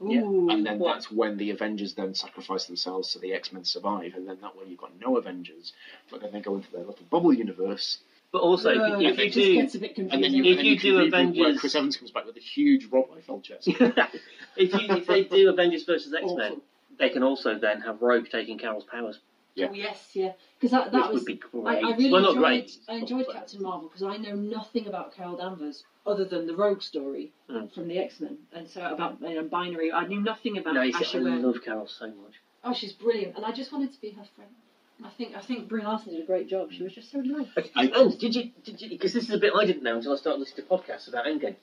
D: yeah.
E: Ooh.
C: and then
D: Well-
C: that's when the Avengers then sacrifice themselves so the X Men survive, and then that way you've got no Avengers, but then they go into their little bubble universe,
D: But also, if-
E: No,
D: if
E: it
D: you
E: just
D: do,
E: gets a bit
C: and then
E: confusing.
C: you
D: If
C: and
D: you
C: can
D: do
C: reboot where
D: Avengers-
C: Chris Evans comes back with a huge Rob Liefeld chest.
D: if you if they do Avengers versus X Men,
E: Awful.
D: they can also then have Rogue taking Carol's powers,
C: Yeah.
E: Oh, yes, yeah. Because that, that
D: which
E: was.
D: would be great.
E: I, I really
D: well, not
E: enjoyed,
D: great.
E: I enjoyed
D: but-
E: Captain Marvel because I know nothing about Carol Danvers other than the Rogue story
D: Mm.
E: from the X Men, and so about you know, binary. I knew nothing about
D: No, you see, I
E: Asher. Webb.
D: love Carol so much.
E: Oh, she's brilliant, and I just wanted to be her friend. I think I think Brie Larson did a great job. She was just so nice.
C: I-
D: and oh, did you did you? Because this is a bit I didn't know until I started listening to podcasts about Endgame.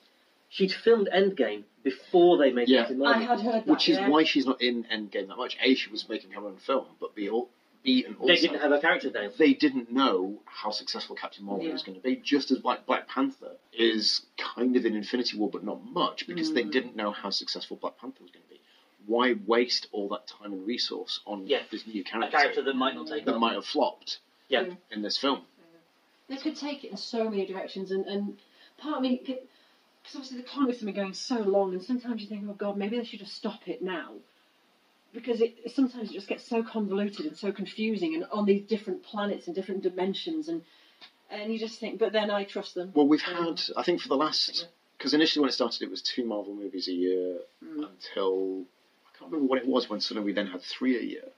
D: She'd filmed Endgame before they made
C: Yeah.
D: Captain
E: I
D: Marvel.
E: had heard that.
C: Which is
E: yeah.
C: why she's not in Endgame that much. A, she was making her own film, but B, al- B and also
D: They didn't have a character name.
C: they didn't know how successful Captain Marvel
E: Yeah.
C: was going to be. Just as like Black Panther is kind of in Infinity War, but not much because
E: Mm.
C: they didn't know how successful Black Panther was going to be. Why waste all that time and resource on
D: Yeah.
C: this new
D: A
C: character,
D: character that might not take
C: that
D: on.
C: might have flopped?
D: Yeah.
C: In this film,
E: They could take it in so many directions, and, and part of me, because obviously the comics have been going so long, and sometimes you think, oh God, maybe they should just stop it now. Because it sometimes it just gets so convoluted and so confusing, and on these different planets and different dimensions, and and you just think, but then I trust them.
C: well, we've
E: Um,
C: had I think for the last because initially when it started, it was two Marvel movies a year until I can't remember what it was when suddenly we then had three a year.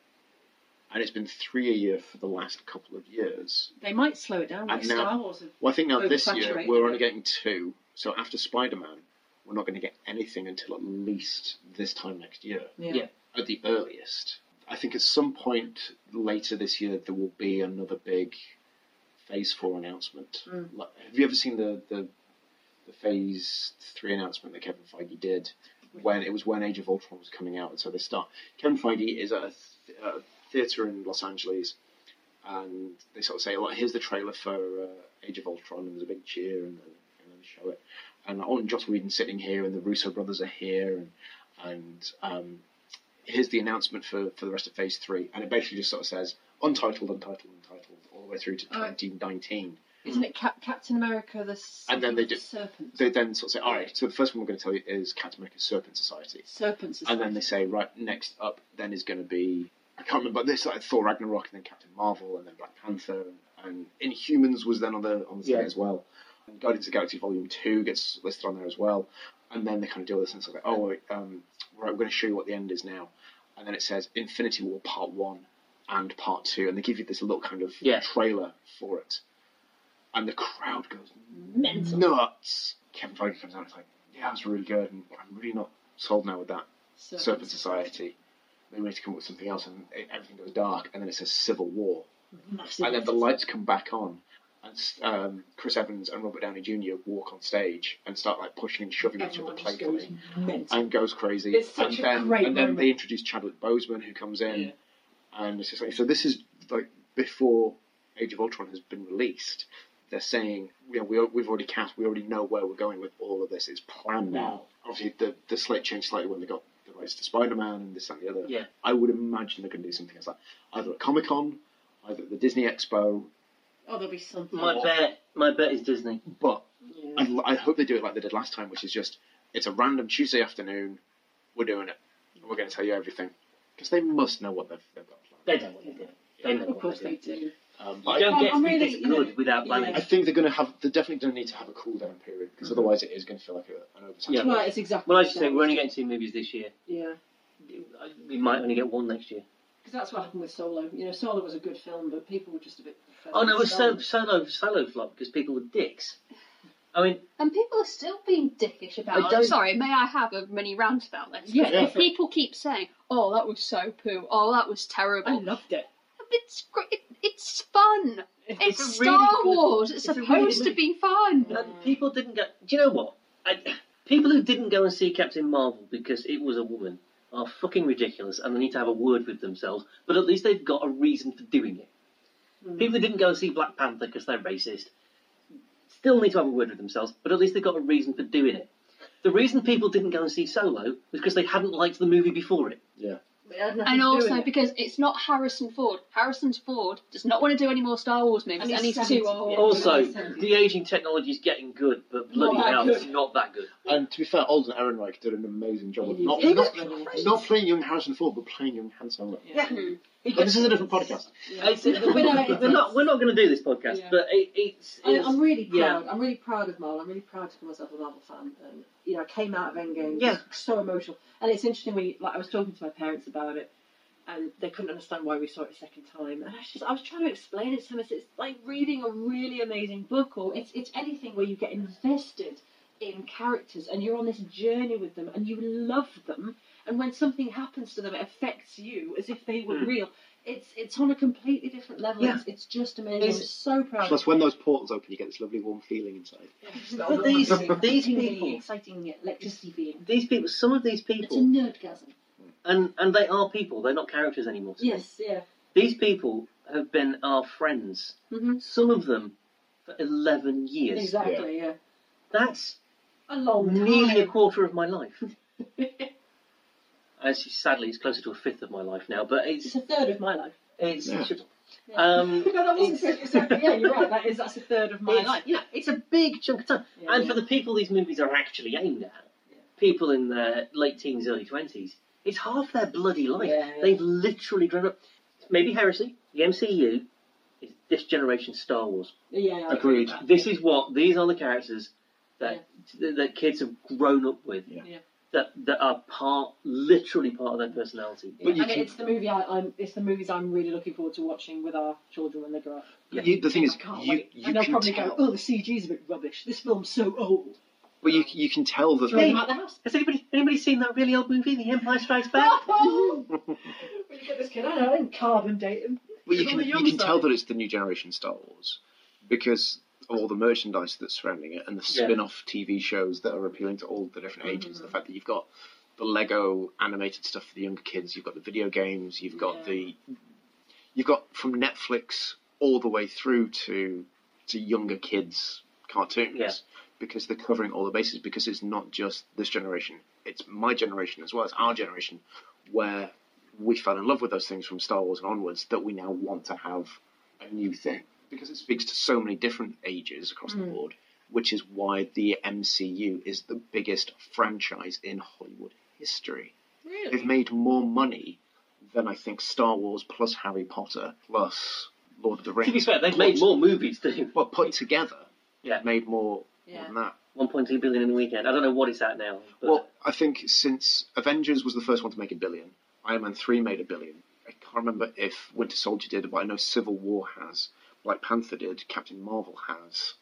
C: And it's been three a year for the last couple of years.
E: They might slow it down, like
C: And now-
E: Star Wars. have-
C: Well, I think now this year
E: Oversaturated.
C: we're only getting two. So after Spider Man, we're not going to get anything until at least this time next year,
D: Yeah.
C: at the earliest. I think at some point later this year there will be another big Phase Four announcement. Like, have you ever seen the, the the Phase Three announcement that Kevin Feige did? When it was when Age of Ultron was coming out, and so they start. Kevin Feige is at a, th- a theater in Los Angeles, and they sort of say, "Well, here's the trailer for uh, Age of Ultron," and there's a big cheer, and then, and then they show it. And on Joss Whedon's sitting here, and the Russo brothers are here, and and um, here's the announcement for, for the rest of Phase Three, and it basically just sort of says untitled, untitled, untitled, all the way through to
E: Oh.
C: 2019.
E: Isn't it Cap- Captain America the s-
C: And then they do-
E: serpent?
C: They then sort of say, all right, so the first one we're going to tell you is Captain America's Serpent Society.
E: Serpent
C: And then they
E: Society.
C: say, right, next up then is going to be, I can't remember, this like Thor Ragnarok and then Captain Marvel and then Black Panther and, and Inhumans was then on the on the thing
D: Yeah.
C: as well. And Guardians of the Galaxy Volume 2 gets listed on there as well. And then they kind of do all this and it's like, oh, wait, um, right, we're going to show you what the end is now. And then it says Infinity War Part 1 and Part 2. And they give you this little kind of
D: Yeah.
C: trailer for it. And the crowd goes
E: Mental.
C: nuts. Kevin Feige comes out and is like, yeah, that was really good. And I'm really not sold now with that. Serpent Society. They need to come up with something else, and it, everything goes dark, and then it says Civil War,
E: Massive.
C: and then the lights come back on, and s- um, Chris Evans and Robert Downey Jr. walk on stage and start like pushing and shoving each other
E: Everyone just
C: playfully,
E: goes mental.
C: and goes crazy.
E: It's
C: and
E: such a
C: then,
E: great
C: And then they
E: moment.
C: introduce Chadwick Boseman, who comes in,
E: Yeah.
C: and it's just like so. This is like before Age of Ultron has been released. They're saying, you know, we, we've already cast, we already know where we're going with all of this. It's planned now. Obviously, the, the slate changed slightly when they got the rights to Spider Man and this and the other.
D: Yeah.
C: I would imagine they're going to do something else like that. Either at Comic Con, either at the Disney Expo,
E: Oh, there'll be something.
D: My bet, my bet is Disney.
C: but
E: Yeah.
C: I, I hope they do it like they did last time, which is just it's a random Tuesday afternoon, we're doing it, and we're going to tell you everything. Because they must know what they've, they've got planned.
D: They know what they're doing. They know
E: Of
D: what
E: course
D: they're
E: they
D: doing.
E: do.
C: Um, but
D: You
C: I-
D: don't get
E: I'm
D: to
E: really-
D: be this good
E: yeah.
D: without planning.
C: I think they're going to have. They're definitely going to need to have a cool down period because otherwise it is going to feel like a, an
D: Mm-hmm. Yeah.
C: oversaturation.
E: Well, it's exactly.
D: Well, as
E: the
D: you say,
E: same.
D: we're only getting two movies this year.
E: Yeah,
D: We might only get one next year.
E: because that's what happened with Solo. You know, Solo was a good film, but people were just a bit.
D: Oh no, it was
E: Solo.
D: solo, solo, solo flop because people were dicks. I mean,
F: And people are still being dickish
D: I
F: about
D: don't-
F: it. Sorry, may I have a mini rant about this?
E: Yeah,
C: Yeah.
E: go for it.
F: People keep saying, oh, that was so poo. Oh, that was terrible.
E: I loved it.
F: It's, gr- it, it's fun. It's,
D: It's a really
F: Star
D: good-
F: Wars. It's,
E: it's a
F: supposed
E: really
F: to be fun.
D: and Uh, people didn't go. Do you know what? I, people who didn't go and see Captain Marvel because it was a woman are fucking ridiculous and they need to have a word with themselves, but at least they've got a reason for doing it.
E: Hmm.
D: People who didn't go and see Black Panther because they're racist still need to have a word with themselves, but at least they've got a reason for doing it. The reason people didn't go and see Solo was because they hadn't liked the movie before it.
F: And also because it's not Harrison Ford. Harrison Ford does not want to do any more Star Wars movies,
E: And he's
F: and he's, too
E: 70.
F: old.
D: Also,
E: makes sense.
D: the aging technology is getting good, but bloody
E: Not that
D: hell,
E: good.
D: it's not that good.
C: And to be fair, Alden Ehrenreich did an amazing job of
E: He
C: not,
E: did.
C: not,
E: He did.
C: not playing young Harrison Ford, but playing young Han Solo.
E: Yeah.
C: But this is a different podcast.
D: It's- we're not, we're not, going to do this podcast,
E: uh, Yeah.
D: but it, it's,
E: I,
D: it's
E: I'm really
D: yeah.
E: proud. I'm really proud of Marvel. I'm really proud to call myself a Marvel fan. And you know, I came out of Endgame
D: Yeah.
E: so emotional. And it's interesting when you, like I was talking to my parents about it, and they couldn't understand why we saw it a second time. And I was just I was trying to explain it to them. It's, it's like reading a really amazing book, or it's it's anything where you get invested in characters and you're on this journey with them and you love them. And when something happens to them, it affects you as if they were
D: Mm.
E: real. It's it's on a completely different level.
D: Yeah.
E: It's, it's just amazing. I'm
D: It's-
E: so proud. of
C: Plus, when those portals open, you get this lovely warm feeling inside.
D: But these- these people-
E: exciting electricity being.
D: these people, some of these
E: It's a
D: people,
E: nerdgasm.
D: and, and they are people, they're not characters anymore. to me.
E: Yes, yeah.
D: These people have been our friends,
E: Mhm.
D: some of them for 11 years.
E: Exactly, yeah.
D: That's
E: A long time.
D: nearly a quarter of my life. Actually, sadly, it's closer to a fifth of my life now, but
E: it's
D: it's.
E: a third of my life.
D: it's
C: Yeah.
D: um,
E: no, that wasn't
D: it's-
E: exactly. Yeah, you're right. That is that's a third of my
D: it's,
E: life.
D: you know, it's a big chunk of time.
E: Yeah,
D: and
E: yeah.
D: for the people these movies are actually aimed at, people in their late teens, early 20s, it's half their bloody life.
E: Yeah, yeah.
D: They've literally grown up. Maybe heresy, the MCU is this generation's Star Wars.
E: Yeah, yeah.
C: Agreed.
D: This is what, these are the characters that, that kids have grown up with.
C: Yeah.
E: Yeah.
D: That, that are part, literally part of their personality.
E: Yeah,
C: But you
E: and
C: can-
E: it's the movie I, I'm. It's the movies I'm really looking forward to watching with our children when they grow up.
D: Yeah.
C: You, the thing is,
E: I can't
C: you,
E: wait.
C: you
E: and they'll
C: can
E: probably go,
C: tell.
E: "Oh, the CG's a bit rubbish. This film's so old."
C: Well, you, you can tell that.
E: Throw them out the house.
D: Has anybody anybody seen that really old movie, The Empire Strikes Back?
E: When you get this kid out and carbon date him.
C: Well, you
E: It's
C: can,
E: on the
C: you
E: young
C: can tell
E: side.
C: that it's the new generation Star Wars because of all the merchandise that's surrounding it and the
D: Yeah.
C: spin off TV shows that are appealing to all the different ages.
E: Mm-hmm.
C: The fact that you've got the Lego animated stuff for the younger kids, you've got the video games, you've got
E: Yeah.
C: the. You've got from Netflix all the way through to to younger kids cartoons
D: Yeah.
C: because they're covering all the bases because it's not just this generation, it's my generation as well, it's our generation where we fell in love with those things from Star Wars and onwards that we now want to have a new thing because it speaks to so many different ages across the board, which is why the MCU is the biggest franchise in Hollywood history. They've made more money than I think Star Wars plus Harry Potter plus Lord of the Rings.
D: to be fair, they've made more movies too.
C: Well, put together,
D: Yeah.
C: made more
E: Yeah.
C: than that.
D: 1.2 billion in the weekend. I don't know what it's at now. But
C: Well, I think since Avengers was the first one to make a billion, Iron Man 3 made a billion. I can't remember if Winter Soldier did, but I know Civil War has, Black Panther did, Captain Marvel has,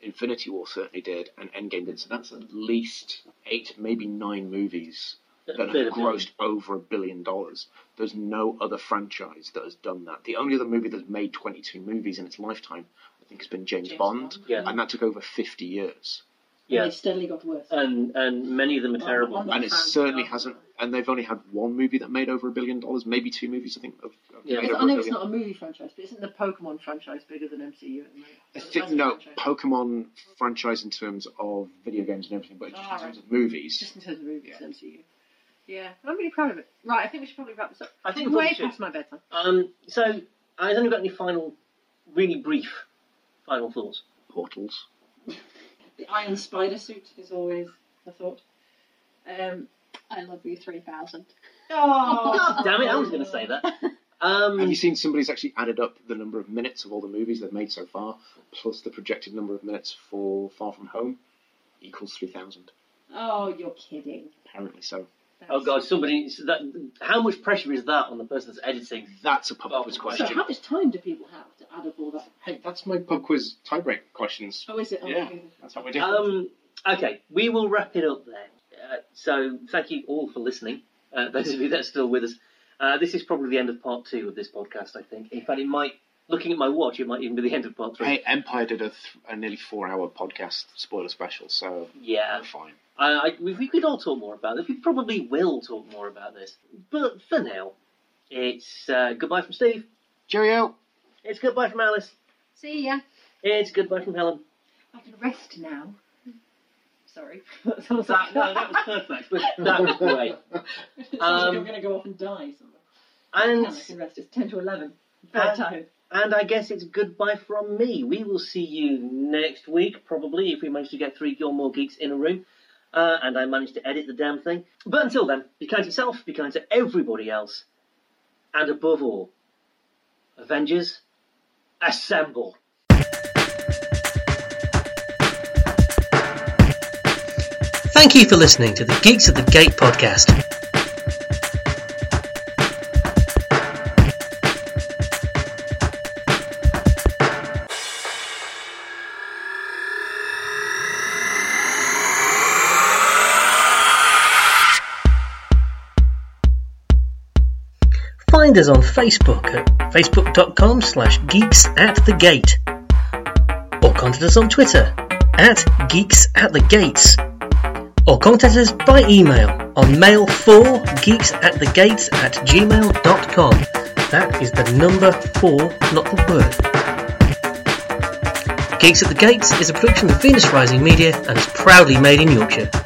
C: Infinity War certainly did, and Endgame did. So that's at least eight, maybe nine movies that have
D: Bit of
C: grossed over a billion dollars. There's no other franchise that has done that. The only other movie that's made 22 movies in its lifetime, I think, has been James,
E: James
C: Bond,
E: Bond.
D: Yeah.
C: and that took over 50 years.
D: Yeah.
E: And they steadily got worse.
D: and and many of them are terrible.
E: Well,
C: and it
E: Fans
C: certainly
E: are-
C: hasn't. And they've only had one movie that made over a billion dollars, maybe two movies. I think. Of, of
D: Yeah.
C: made
E: It's-
C: over
E: I know
C: a
E: it's
C: billion.
E: not a movie franchise, but isn't the Pokemon franchise bigger than MCU at the moment?
C: I think no Pokemon franchise in terms of video games and everything, but just in
E: Alright.
C: terms of movies.
E: Just in terms of movies,
C: Yeah.
E: yeah. MCU. Yeah, I'm really proud of it. Right, I think we should probably wrap this up.
D: I think we
E: way
D: probably should.
E: past my bedtime.
D: Um, so I don't got any final, really brief, final thoughts.
C: Portals.
E: The Iron Spider suit is always a thought. Um,
F: I love you, three thousand.
E: oh,
D: Damn it, I was going to say that. Um,
B: Mm.
C: Have you seen somebody's actually added up the number of minutes of all the movies they've made so far, plus the projected number of minutes for Far From Home, equals three thousand.
E: oh, you're kidding.
C: Apparently, so
D: oh god, somebody. so that, how much pressure is that on the person that's editing?
C: that's a pub
D: Well,
C: quiz
E: So,
D: so
C: question.
E: how much time do people have to add up all that?
C: Hey, that's my pub quiz tiebreak questions.
E: Oh, is it? Oh,
C: Yeah.
E: okay.
C: That's how we do. it.
D: Um, okay, we will wrap it up there. Uh, so thank you all for listening. Uh, those of you that are still with us, uh, this is probably the end of part two of this podcast. I think. In fact, it might looking at my watch, it might even be the end of part three.
B: Hey, Empire did a, th- a nearly four-hour podcast spoiler special, so
D: Yeah,
B: we're fine.
D: I, I, we, we could all talk more about this. We probably will talk more about this. But for now, it's uh, goodbye from Steve.
B: Cheerio.
D: It's goodbye from Alice.
F: See ya.
D: It's goodbye from Helen.
E: I can rest now. Sorry. that sounds like
D: That, no, that was perfect, but that was great. Um,
E: I'm going to go off and die somewhere.
D: And
E: No, I can rest. It's 10 to 11.
D: Uh,
E: Bad time.
D: and I guess it's goodbye from me. We will see you next week, probably, if we manage to get three Gilmore Geeks in a room. Uh, and I manage to edit the damn thing. But until then, be kind to yourself, be kind to everybody else. And above all, Avengers, assemble.
A: Thank you for listening to the Geeks at the Gate podcast. Find us on Facebook at facebook.com slash geeks at the gate or contact us on Twitter at geeks at the gates or contact us by email on mail4geeksatthegates at gmail.com. That is the number four, not the word. Geeks at the Gates is a production of Venus Rising Media and is proudly made in Yorkshire.